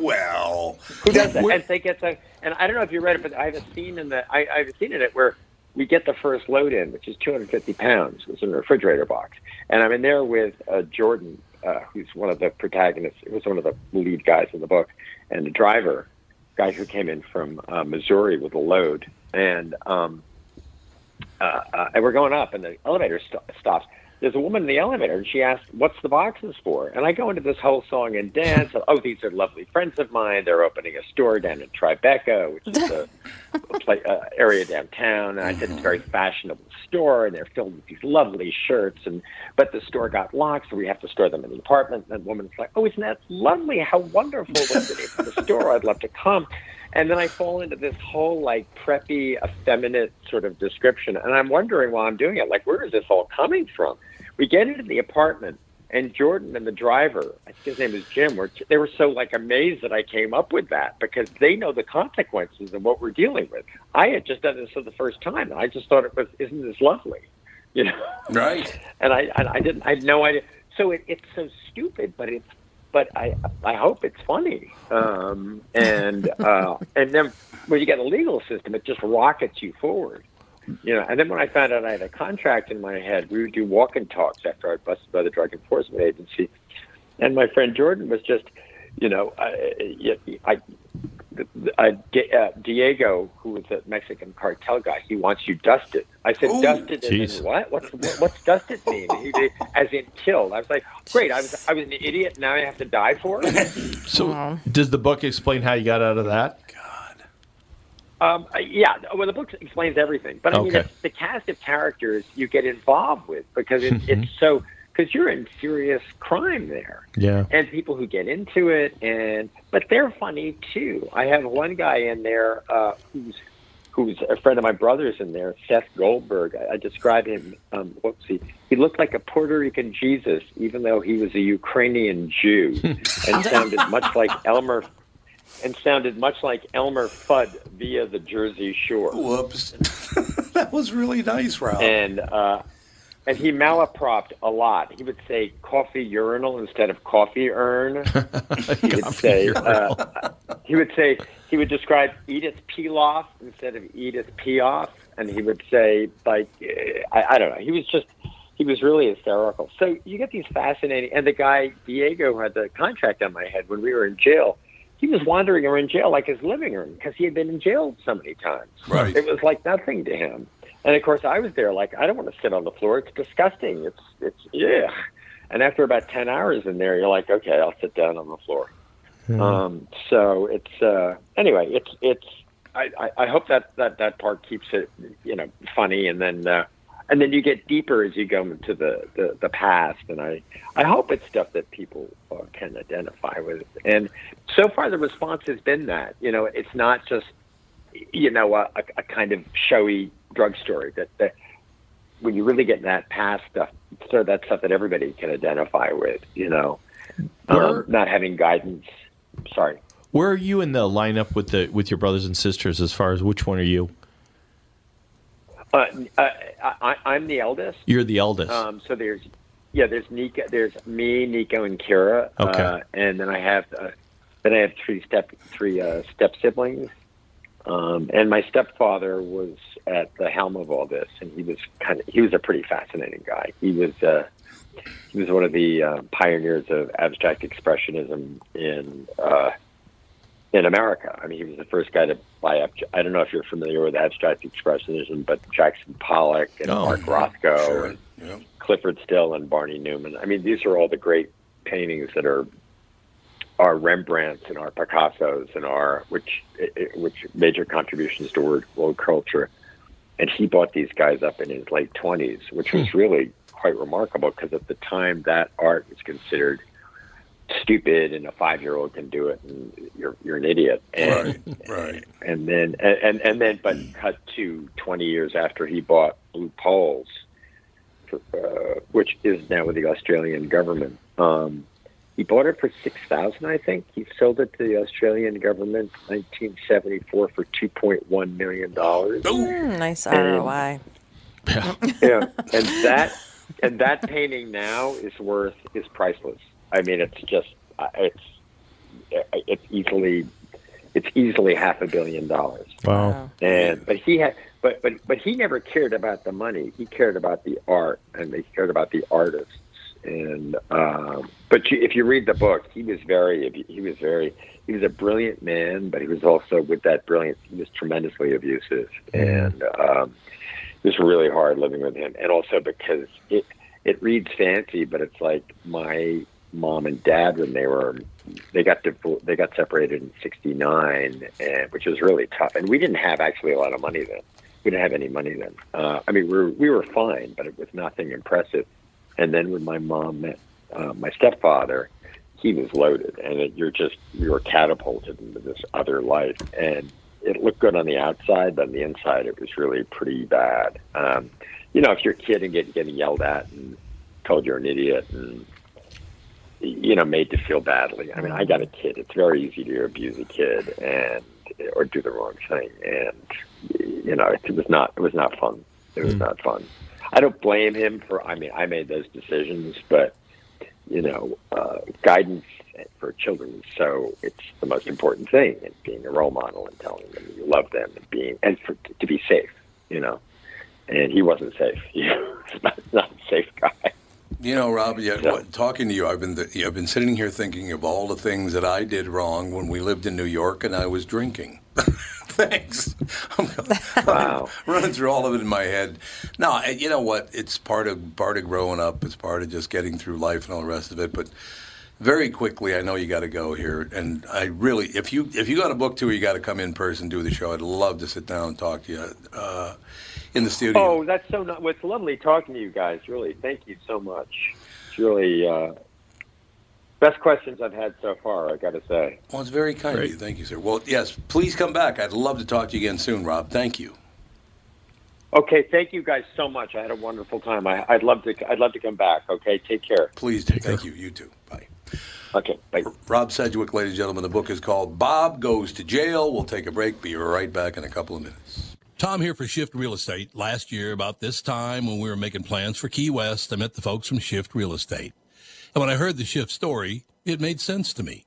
well,
who does that? And they get the, and I don't know if you read it, but I have a scene in the I, I have a scene in it where we get the first load in, which is 250 pounds. It's in a refrigerator box, and I'm in there with uh, Jordan, uh, who's one of the protagonists, who's one of the lead guys in the book, and the driver, guy who came in from uh, Missouri with a load, and um, uh, uh, and we're going up, and the elevator st- stops. There's a woman in the elevator, and she asks, "What's the boxes for?" And I go into this whole song and dance. of, oh, these are lovely friends of mine. They're opening a store down in Tribeca, which is a, a pla uh, area downtown. And I said it's a very fashionable store, and they're filled with these lovely shirts. And but the store got locked, so we have to store them in the apartment. And the woman's like, "Oh, isn't that lovely? How wonderful was the name of the store? I'd love to come." And then I fall into this whole like preppy, effeminate sort of description. And I'm wondering while I'm doing it, like, where is this all coming from? We get into the apartment, and Jordan and the driver, I think his name is Jim, were they were so like amazed that I came up with that because they know the consequences of what we're dealing with. I had just done this for the first time. And I just thought it was, isn't this lovely? You know?
Right.
and I and I didn't I had no idea. So it, it's so stupid, but it's but I I hope it's funny. Um, and uh, (laughs) and then when you get a legal system, it just rockets you forward. You know, and then when I found out I had a contract in my head, we would do walk and talks after I was busted by the drug enforcement agency, and my friend Jordan was just, you know, I, I, I, Di- uh, Diego, who was a Mexican cartel guy, he wants you dusted. I said
Ooh.
dusted as
Jeez.
in what? What's what, what's dusted mean? He did, as in killed. I was like, great. I was I was an idiot. Now I have to die for
(laughs)
it.
So, does the book explain how you got out of that?
Um, uh, yeah, well, the book explains everything, but I mean,
Okay.
it's the cast of characters you get involved with because it, it's so because you're in serious crime there,
Yeah.
and people who get into it, and but they're funny too. I have one guy in there uh, who's who's a friend of my brother's in there, Seth Goldberg. I, I describe him. Um, what's he? He looked like a Puerto Rican Jesus, even though he was a Ukrainian Jew, and sounded much like Elmer and sounded much like Elmer Fudd via the Jersey Shore.
Whoops. that was really nice, Ralph.
And uh, and he malapropped a lot. He would say coffee urinal instead of coffee urn. he would say uh, he would say he would describe Edith Pilaf instead of Edith Piaf, and he would say like uh, I, I don't know. He was just he was really hysterical. So you get these fascinating. And the guy Diego who had the contract on my head when we were in jail. He was wandering around jail like his living room because he had been in jail so many times.
Right.
It was like nothing to him. And of course, I was there like I don't want to sit on the floor. It's disgusting. It's it's yeah. And after about ten hours in there, you're like, okay, I'll sit down on the floor. Um, so it's uh, anyway, it's it's. I, I, I hope that, that that part keeps it you know funny, and then uh, and then you get deeper as you go into the, the, the past. And I I hope it's stuff that people uh, can identify with. And so far, the response has been that you know it's not just you know a, a, a kind of showy drug story that, that when you really get in that past stuff, so that's stuff that everybody can identify with. You know, um, not having guidance. Sorry.
Where are you in the lineup with the with your brothers and sisters as far as which one are you?
Uh, uh, I, I- I'm the eldest.
You're the eldest.
Um, so there's, yeah, there's Nico, there's me, Nico, and Kira.
Okay.
Uh, and then I have, uh, then I have three step, three uh, step siblings. Um, and my stepfather was at the helm of all this, and he was kind of, he was a pretty fascinating guy. He was, uh, he was one of the uh, pioneers of abstract expressionism in uh, in America. I mean, he was the first guy to buy up. I don't know if you're familiar with abstract expressionism, but Jackson Pollock and
Oh,
Mark
yeah,
Rothko
sure,
and Clifford Still and Barney Newman. I mean, these are all the great paintings that are our Rembrandts and our Picassos and our which which major contributions to world, world culture. And he bought these guys up in his late twenties, which
Hmm.
was really quite remarkable because at the time that art was considered stupid and a five year old can do it and you're you're an idiot and
right
and then and, and and then but cut to 20 years after he bought blue poles for, uh, which is now with the australian government um he bought it for six thousand, I think. He sold it to the Australian government, nineteen seventy four, for two point one million dollars.
Mm, nice
And-
ROI.
yeah, (laughs) and that and that painting now is worth is priceless. I mean, it's just uh, it's uh, it's easily it's easily half a billion dollars.
Wow.
And but he had but but but he never cared about the money. He cared about the art and he cared about the artists. And um, but you, if you read the book, he was very he was very he was a brilliant man, but he was also with that brilliance he was tremendously abusive and um, it was really hard living with him. And also because it it reads fancy, but it's like my mom and dad when they were they got divor- they got separated in '69, and which was really tough. And we didn't have actually a lot of money then. We didn't have any money then. Uh, I mean, we were, we were fine, but it was nothing impressive. And then when my mom met uh, my stepfather, he was loaded, and it, you're just you were catapulted into this other life. And it looked good on the outside, but on the inside, it was really pretty bad. Um, you know, if you're a kid and get, getting yelled at and told you're an idiot and you know made to feel badly. I mean, I got a kid. It's very easy to abuse a kid and or do the wrong thing, and you know it, was not it was not fun. It was not fun. I don't blame him for. I mean, I made those decisions, but you know, uh, guidance for children is so it's the most important thing. And being a role model and telling them you love them and being and for, to be safe, you know. And he wasn't safe. (laughs) He was not, not a safe guy.
You know, Rob, yeah, what, talking to you, I've been th- I've been sitting here thinking of all the things that I did wrong when we lived in New York and I was drinking. (laughs) Thanks. I'm wow. running through all of it in my head. No, I- you know what? It's part of part of growing up. It's part of just getting through life and all the rest of it. But very quickly, I know you got to go here, and I really, if you if you got a book tour, you got to come in person do the show. I'd love to sit down and talk to you uh, in the studio.
Oh, that's so. Not, it's lovely talking to you guys. Really, thank you so much. It's really uh, best questions I've had so far. I got to say.
Well, it's very kind of you. Thank you, sir. Well, yes, please come back. I'd love to talk to you again soon, Rob. Thank you.
Okay, thank you guys so much. I had a wonderful time. I, I'd love to. I'd love to come back. Okay, take care.
Please do. Thank you. You too. Bye.
Okay, bye.
Rob Sedgwick, ladies and gentlemen, the book is called Bob Goes to Jail. We'll take a break. Be right back in a couple of minutes.
Tom here for Shift Real Estate. Last year, about this time when we were making plans for Key West, I met the folks from Shift Real Estate. And when I heard the Shift story, it made sense to me.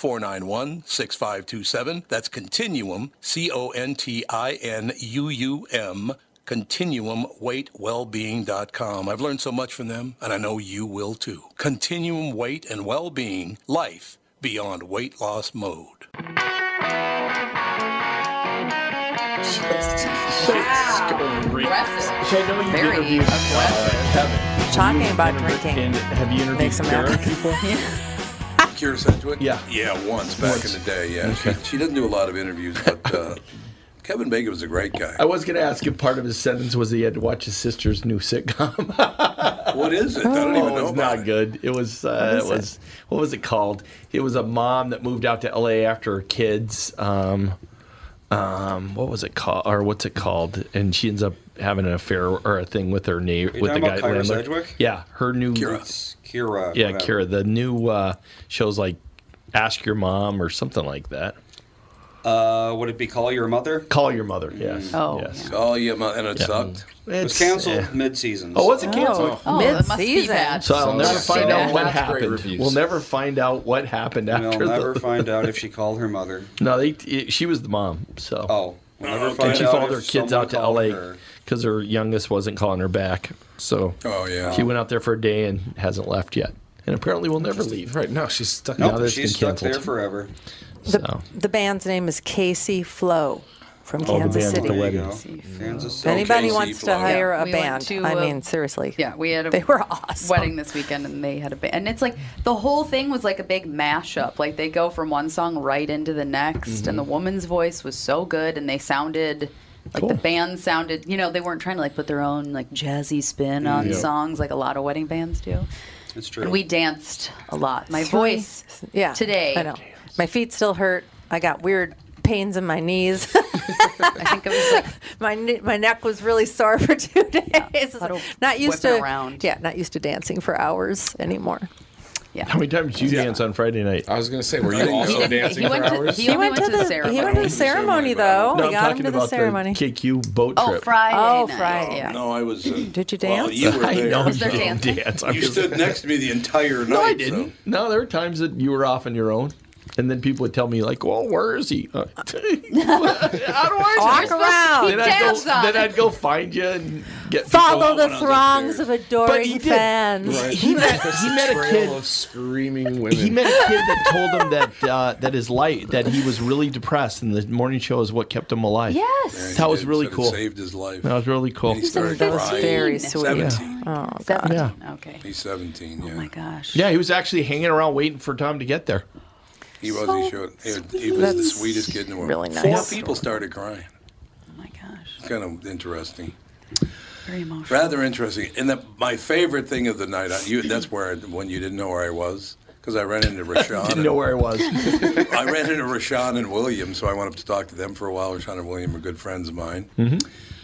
491 6527. That's Continuum, C O N T I N U U M, ContinuumWeightWellbeing.com. I've learned so much from them, and I know you will too. Continuum Weight and Wellbeing, life beyond weight loss mode.
Aggressive.
So I know you've
Very
interviewed uh, Kevin.
Talking about
drinking. And have you interviewed
makes them
Kara
happy.
people?
Cure Sedgwick?
Yeah.
Yeah, once back in the day. Yeah, she, she doesn't do a lot of interviews, but uh, Kevin Bacon was a great guy.
I was going to ask if part of his sentence was he had to watch his sister's new sitcom. (laughs)
what is it? I don't even
it
know
was
about
not good. It was.
What
Uh,
is
it was. What was it called? It was a mom that moved out to L.A. after her kids. Um, um, what was it called? Or what's it called? And she ends up having an affair or a thing with her neighbor,
you
with the
talking
guy.
about Kyra
landlord.
Sedgwick?
Yeah, her new
Kira. Kira.
Yeah,
whatever.
Kira. The new uh, shows like Ask Your Mom or something like that.
Uh, would it be Call Your Mother?
Call Your Mother. Yes.
Oh.
Yes.
Oh, yeah, my- and it sucked.
It was
It's,
canceled
uh,
mid-season.
Oh, was it canceled?
Oh, that must be bad.
So I'll never
that's
find
so
out what
bad. That's great
happened.
reviews.
We'll never find out what happened after.
We'll
(laughs)
never
the-
find out if she called her mother.
No, they. It, she was the mom. So.
Oh. We'll never
and
find
she
out
followed
if
her kids
someone
out to
called
L.A.
her.
because her youngest wasn't calling her back. So.
Oh yeah.
She went out there for a day and hasn't left yet, and apparently will never leave.
Right now, she's stuck.
Now
Nope,
that's
she's
been
stuck there
canceled.
forever.
So.
The band's name is Casey Flow from
Oh, the band
Kansas
Oh, with
City.
the wedding.
Kansas
If anybody
Casey
wants to
Flow.
hire
Yeah,
a
we went
band,
to,
I
uh,
mean, seriously.
Yeah, we had a
(laughs) They were awesome.
wedding this weekend, and they had a band, and it's like the whole thing was like a big mashup. Like they go from one song right into the next, and
Mm-hmm.
the woman's voice was so good, and they sounded like the band sounded. You know, they weren't trying to like put their own like jazzy spin on
Mm-hmm.
Yeah.
songs like a lot of wedding bands do.
It's true.
And we danced a lot. My
Three-
voice,
yeah,
today.
I know. My feet still hurt. I got weird pains in my knees. (laughs)
I think it was like
my ne- my neck was really sore for two days. It's
lot of
not used
whipping
to
around.
yeah, not used to dancing for hours anymore.
How many times did you dance on Friday night?
I was going to say, were
I
you
didn't
also
know.
dancing
He
for
went to-
hours?
he only went to the oh, ceremony.
He went to the ceremony
No,
though. we
I'm
got him
talking
to the
about the
ceremony.
KQ boat
Oh,
trip.
Friday Oh,
night,
Friday. yeah.
No, I was. Uh,
(clears throat) Did you
well,
dance? (laughs)
you were
I
there.
know
Was there
you didn't
dancing?
dance. I'm
You
just-
stood next to me the entire night.
No, I
so-
didn't. No, there were times that you were off on your own, and then people would tell me like, "Well, where is he?"
Oh,
Uh,
Walk around.
(laughs) then, I'd go,
tabs on
then
it.
I'd go find you and get people
Follow
out
the
when I was
throngs
upstairs.
of adoring
But he did.
fans.
He met, he met a
Trail
kid.
of screaming
He
women.
met a kid that told him that uh, that his light that he was really depressed, and the morning show is what kept him alive.
yes.
that was
Dude
really
said it
cool.
Saved his life.
That was really cool.
He started
That was
crying.
very sweet.
Seventeen.
Oh god.
Seventeen.
Yeah.
Okay.
He's seventeen. Yeah,
Oh my gosh.
Yeah, he was actually hanging around waiting for Tom to get there.
he was. he showed. He, was- he was the
That's
sweetest kid in the world.
really
Four
nice.
people started crying.
Oh my gosh.
It's kind of interesting.
Very
(laughs)
emotional.
Rather interesting. And the, my favorite thing of the night. I, you, that's where I, when you didn't know where I was because I ran into Rashawn.
Didn't know where I was. (laughs)
I ran into Rashawn and William, so I went up to talk to them for a while. Rashawn and William are good friends of mine.
(laughs)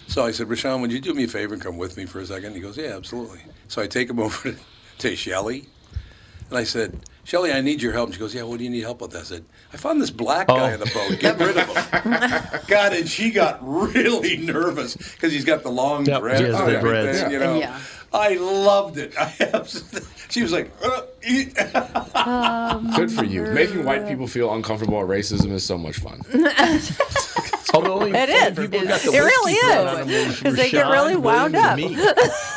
So I said, Rashawn, would you do me a favor and come with me for a second? He goes, Yeah, absolutely. So I take him (laughs) over to, to Shelly, and I said, Shelly, I need your help. And she goes, Yeah, what do you need help with? I said, I found this black guy
Oh.
in the boat. Get rid of him.
(laughs)
God, and she got really nervous because he's got the long
Yep,
dreads.
he has
and
the
everything,
dreads.
You know?
Yeah.
I loved it. (laughs) I absolutely, she was like, uh, eat.
Good for you. Making white people feel uncomfortable about racism is so much
(laughs)
fun.
Although only
It
four
is.
people got the
It really
whiskey thrown on
is.
them, which was
'Cause they get
Sean,
really wound
William,
up.
and me.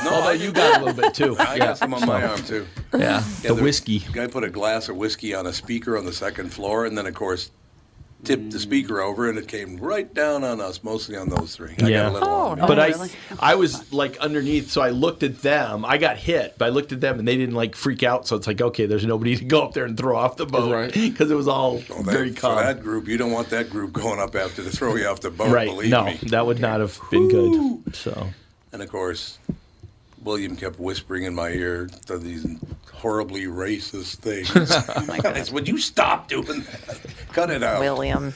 No,
Although
I-
you got a little bit too.
I
yeah.
got some on my arm too.
Yeah,
Yeah,
the whiskey.
Guy put a glass of whiskey on a speaker on the second floor, and then of course, tipped the
Mm.
speaker over, and it came right down on us, mostly on those three. I got a little on me.
but I, I was like underneath, so I looked at them. I got hit, but I looked at them, and they didn't like freak out. So it's like, okay, there's nobody to go up there and throw off the boat (laughs) because it was all
that-
very
for
calm.
that group, you don't want that group going up after to throw you off the boat.
right?
Believe
no,
me.
that would not have been good. So
And of course, William kept whispering in my ear th- these horribly
(laughs)
racist things.
Oh,
Guys, would you stop doing that? Cut it out,
William.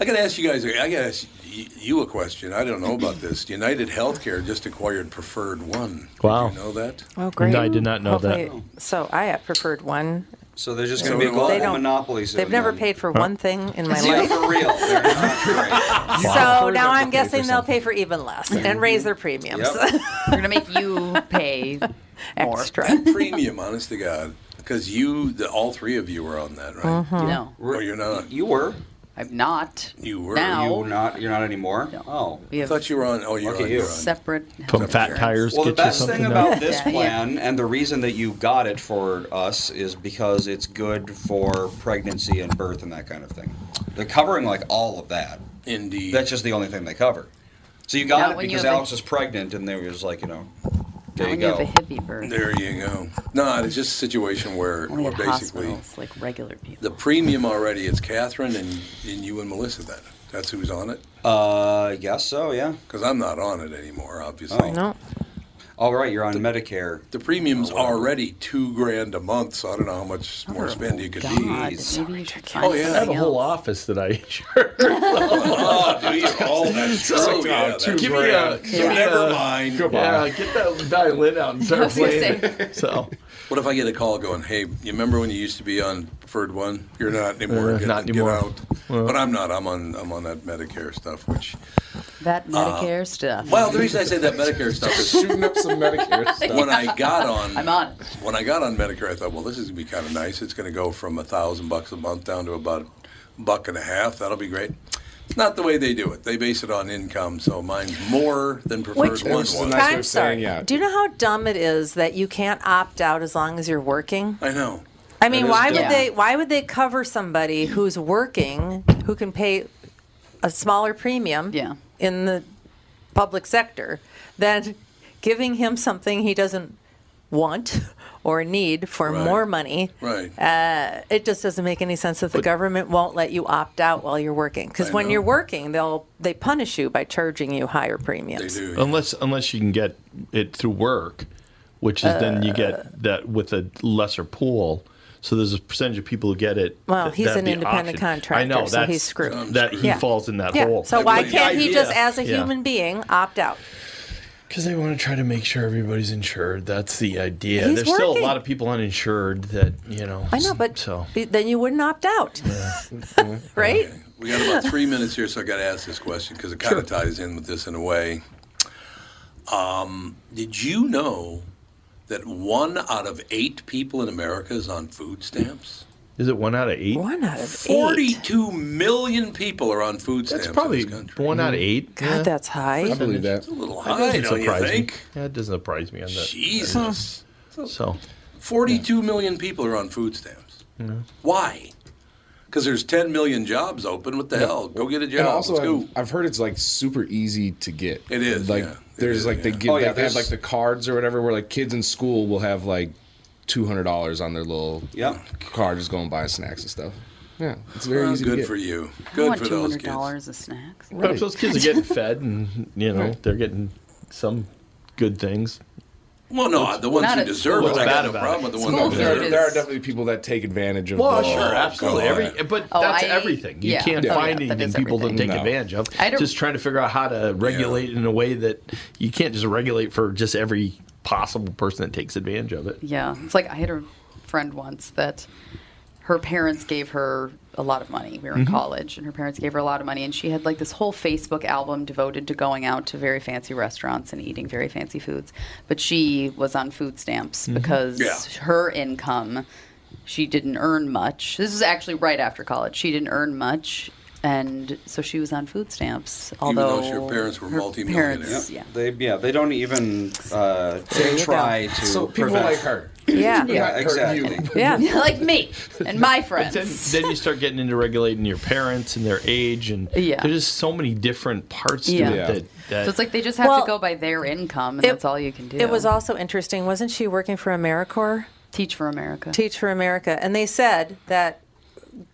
I got to ask you guys. I got to ask y- you a question. I don't know about this. United Healthcare just acquired Preferred One.
Wow.
Did you know that?
Oh, great.
I did not know
Hopefully- So I have preferred one.
So there's just
So
going to be a
they
global
don't-
monopoly. soon
They've never
then.
paid for
Huh?
one thing in my
See,
life.
for real. They're
(laughs)
not great.
So now I'm guessing they'll pay for
(laughs)
even less and raise their premiums.
We're gonna make you
(laughs)
pay more.
That premium, honest to God, because you, the, all three of you were on that, right?
Mm-hmm.
Mhm. No.
Or you're not.
You were.
I'm not.
You were.
Now.
You not? You're not anymore. Oh,
We have
I thought you were on. Oh, you're
Lucky
on.
you.
You're on.
separate.
Put fat tires.
Well, the
get you
best
something
thing
to-
about this
(laughs) Yeah, yeah.
plan, and the reason that you got it for us, is because it's good for pregnancy and birth and that kind of thing. They're covering like all of that.
Indeed.
That's just the only thing they cover. So you got
Not
it
when you
because
have a-
Alex was pregnant, and they was like, you know, there you
when
go.
you have a hippie bird.
There you go. No, it's just a situation where,
Only
where
at
basically
hospitals, like regular people.
the premium already. It's Catherine and, and you and Melissa. Then that's who's on it.
Uh, I guess so. Yeah.
Because I'm not on it anymore, obviously.
Oh. No. All right, you're on Medicare. Oh,
The premium's already two grand a month, so I don't know how much more spend you could be.
Oh, Maybe you should find
Oh yeah,
I have a whole office that I (laughs) insure.
(laughs) oh, do you? Oh, that's
So it's
true.
like,
yeah,
oh,
that's
two
true.
grand.
So
Yeah.
never mind.
Come on. Yeah, get that violin out and start I was gonna playing say. (laughs) So,
what if I get a call going, "Hey, you remember when you used to be on preferred one? You're not anymore.
Uh,
get,
not
get
anymore.
out." but I'm not. I'm on. I'm on that Medicare stuff, which
That Medicare stuff.
Uh, Well, the reason I say that Medicare stuff is shooting up (laughs) some
(laughs)
Medicare
stuff.
When I got on,
I'm on.
When I got on Medicare, I thought, well, this is gonna be kind of nice. It's gonna go from a thousand bucks a month down to about a buck and a half. That'll be great. It's not the way they do it. They base it on income, so mine's more than preferred
Which-
one
Which is a
was.
nice way of I'm sorry. saying, Do you know how dumb it is that you can't opt out as long as you're working?
I know.
I mean,
That is
why would
dumb.
they? Why would they cover somebody who's working who can pay a smaller premium in the public sector than giving him something he doesn't want or need for
Right.
more money?
Right.
Uh, it just doesn't make any sense that the government won't let you opt out while you're working because
I
when
know.
you're working, they'll they punish you by charging you higher premiums.
unless unless you can get it through work, which is then you
Uh,
get that with a lesser pool. So there's a percentage of people who get it.
Well,
that-
he's
that'd
an
be
independent
option.
contractor,
I know
so
that's-
he's screwed.
That he
Yeah.
falls in that
yeah.
hole.
So why
But the
can't he just,
idea-
as a
Yeah.
human being, opt out?
Because they want to try to make sure everybody's insured. That's the idea.
He's
There's still a
working.
lot of people uninsured that you know.
I know, but
so
be- then you wouldn't opt out, right?
We got about
(laughs)
three minutes here, so I got to ask this question because it kind of ties in with this in a way. Um, did you know that one out of eight people in America is on food stamps?
(laughs) is it one out of eight?
One out of
Forty-two million people are on food stamps.
That's probably one out of eight.
Mm-hmm. God, that's high.
I believe that. It's a little
That
high,
doesn't
don't you
surprise me.
think?
Yeah, it doesn't surprise me on that.
Jesus.
So,
Forty-two million people are on food stamps.
yeah.
Why? Because there's 10 million jobs open. What the hell? Go get a job.
And also,
Let's go.
I've, I've heard it's like super easy to get. It
is,
like
yeah. It
there's
is,
like they
yeah.
give
Oh, yeah,
they have
there's-
like the cards or whatever where like kids in school will have like two hundred dollars on their little
Yep.
card just go and buy snacks and stuff. Yeah, it's very
Well,
easy. to
Good
get.
for
I
you.
don't
Good
want
for those kids.
$200 of snacks.
But if those kids are getting fed and you know
Right.
they're getting some good things.
Well, oh, no, the ones
not
who
at
deserve
school.
it.
What's
I got
bad
no
about
problem
it?
with the
School
ones who
food
deserve
There,
it.
there are definitely people that take advantage of.
Well,
the-
sure, absolutely.
God.
Every, but
Oh,
that's
I-
everything. You
yeah.
can't
Oh, yeah,
find
that
anything
is
people don't
everything.
take
No.
advantage of.
I don't-
Just trying to figure out how to regulate in a way that you can't just regulate for just every possible person that takes advantage of it.
Yeah, it's like I had a friend once that her parents gave her a lot of money. We were in
Mhm.
college, and her parents gave her a lot of money, and she had like this whole Facebook album devoted to going out to very fancy restaurants and eating very fancy foods. But she was on food stamps
Mhm.
because
Yeah.
her income, she didn't earn much. This is actually right after college. She didn't earn much. And so she was on food stamps. Although
though your parents were
her
multi-millionaires.
parents- yeah.
They yeah, they don't even uh,
There you
try
go.
to
So people
prevent
like her.
Yeah.
Yeah, exactly.
(laughs) Yeah, like me and my
But
friends.
Then, then you start getting into regulating your parents and their age, and
Yeah.
there's just so many different parts
Yeah.
to it that, that
so it's like they just have
Well,
to go by their income, and that's all you can do.
It was also interesting. Wasn't she working for AmeriCorps?
Teach for America.
Teach for America. And they said that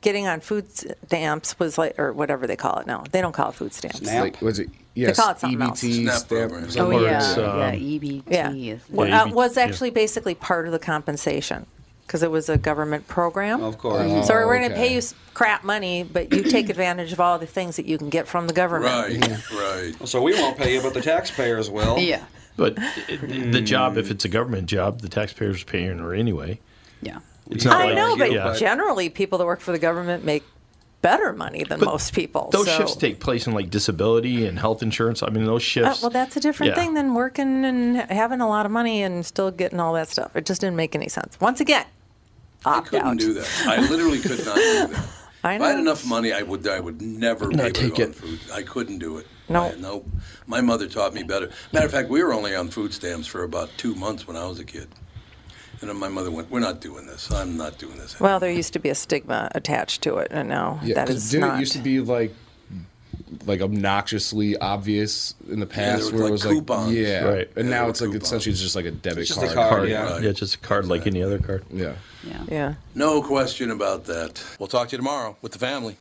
getting on food stamps was like, or whatever they call it now. They don't call it food stamps.
Like, was it?
They
Yes,
call it
E
something else.
EBT,
Snap
stamp,
program.
something.
Oh,
Or
yeah,
it's,
yeah,
um,
EBT.
Yeah. Well,
Yeah,
uh,
EBT,
was
yeah.
actually basically part of the compensation because it was a government program. Of
course.
Mm-hmm.
so
Oh,
we're going to
okay.
pay you s- crap money, but you take advantage of all the things that you can get from the government.
right. So we won't pay you, but the taxpayers will.
Yeah.
But the job, if it's a government job, the taxpayers are paying her anyway.
Yeah.
It's not
I
like-
know, but
yeah.
generally people that work for the government make better money than most people.
Those
so.
shifts take place in like disability and health insurance. I mean, those
Uh,
shifts.
well, that's a
yeah.
different thing than working and having a lot of money and still getting all that stuff. It just didn't make any sense. Once again, opt
couldn't
out.
do that. I literally could not do that.
I
If I had enough money, I would I would never be able to go on food. I couldn't do it.
No.
I- no. My mother taught me better. Matter of fact, we were only on food stamps for about two months when I was a kid. And then my mother went, "We're not doing this. I'm not doing this."
Well, there used to be a stigma attached to it, and now
Yeah,
that
'cause
is
didn't
not.
it used to be like like obnoxiously obvious in the
Yeah, there
past
was,
where
like,
it was
coupons.
like yeah,
Right.
and now it's like essentially it's just like a debit
just a
card.
card, yeah. Right.
Yeah, just a card like any other card.
Yeah.
Yeah.
yeah.
No question about that. We'll talk to you tomorrow with the family.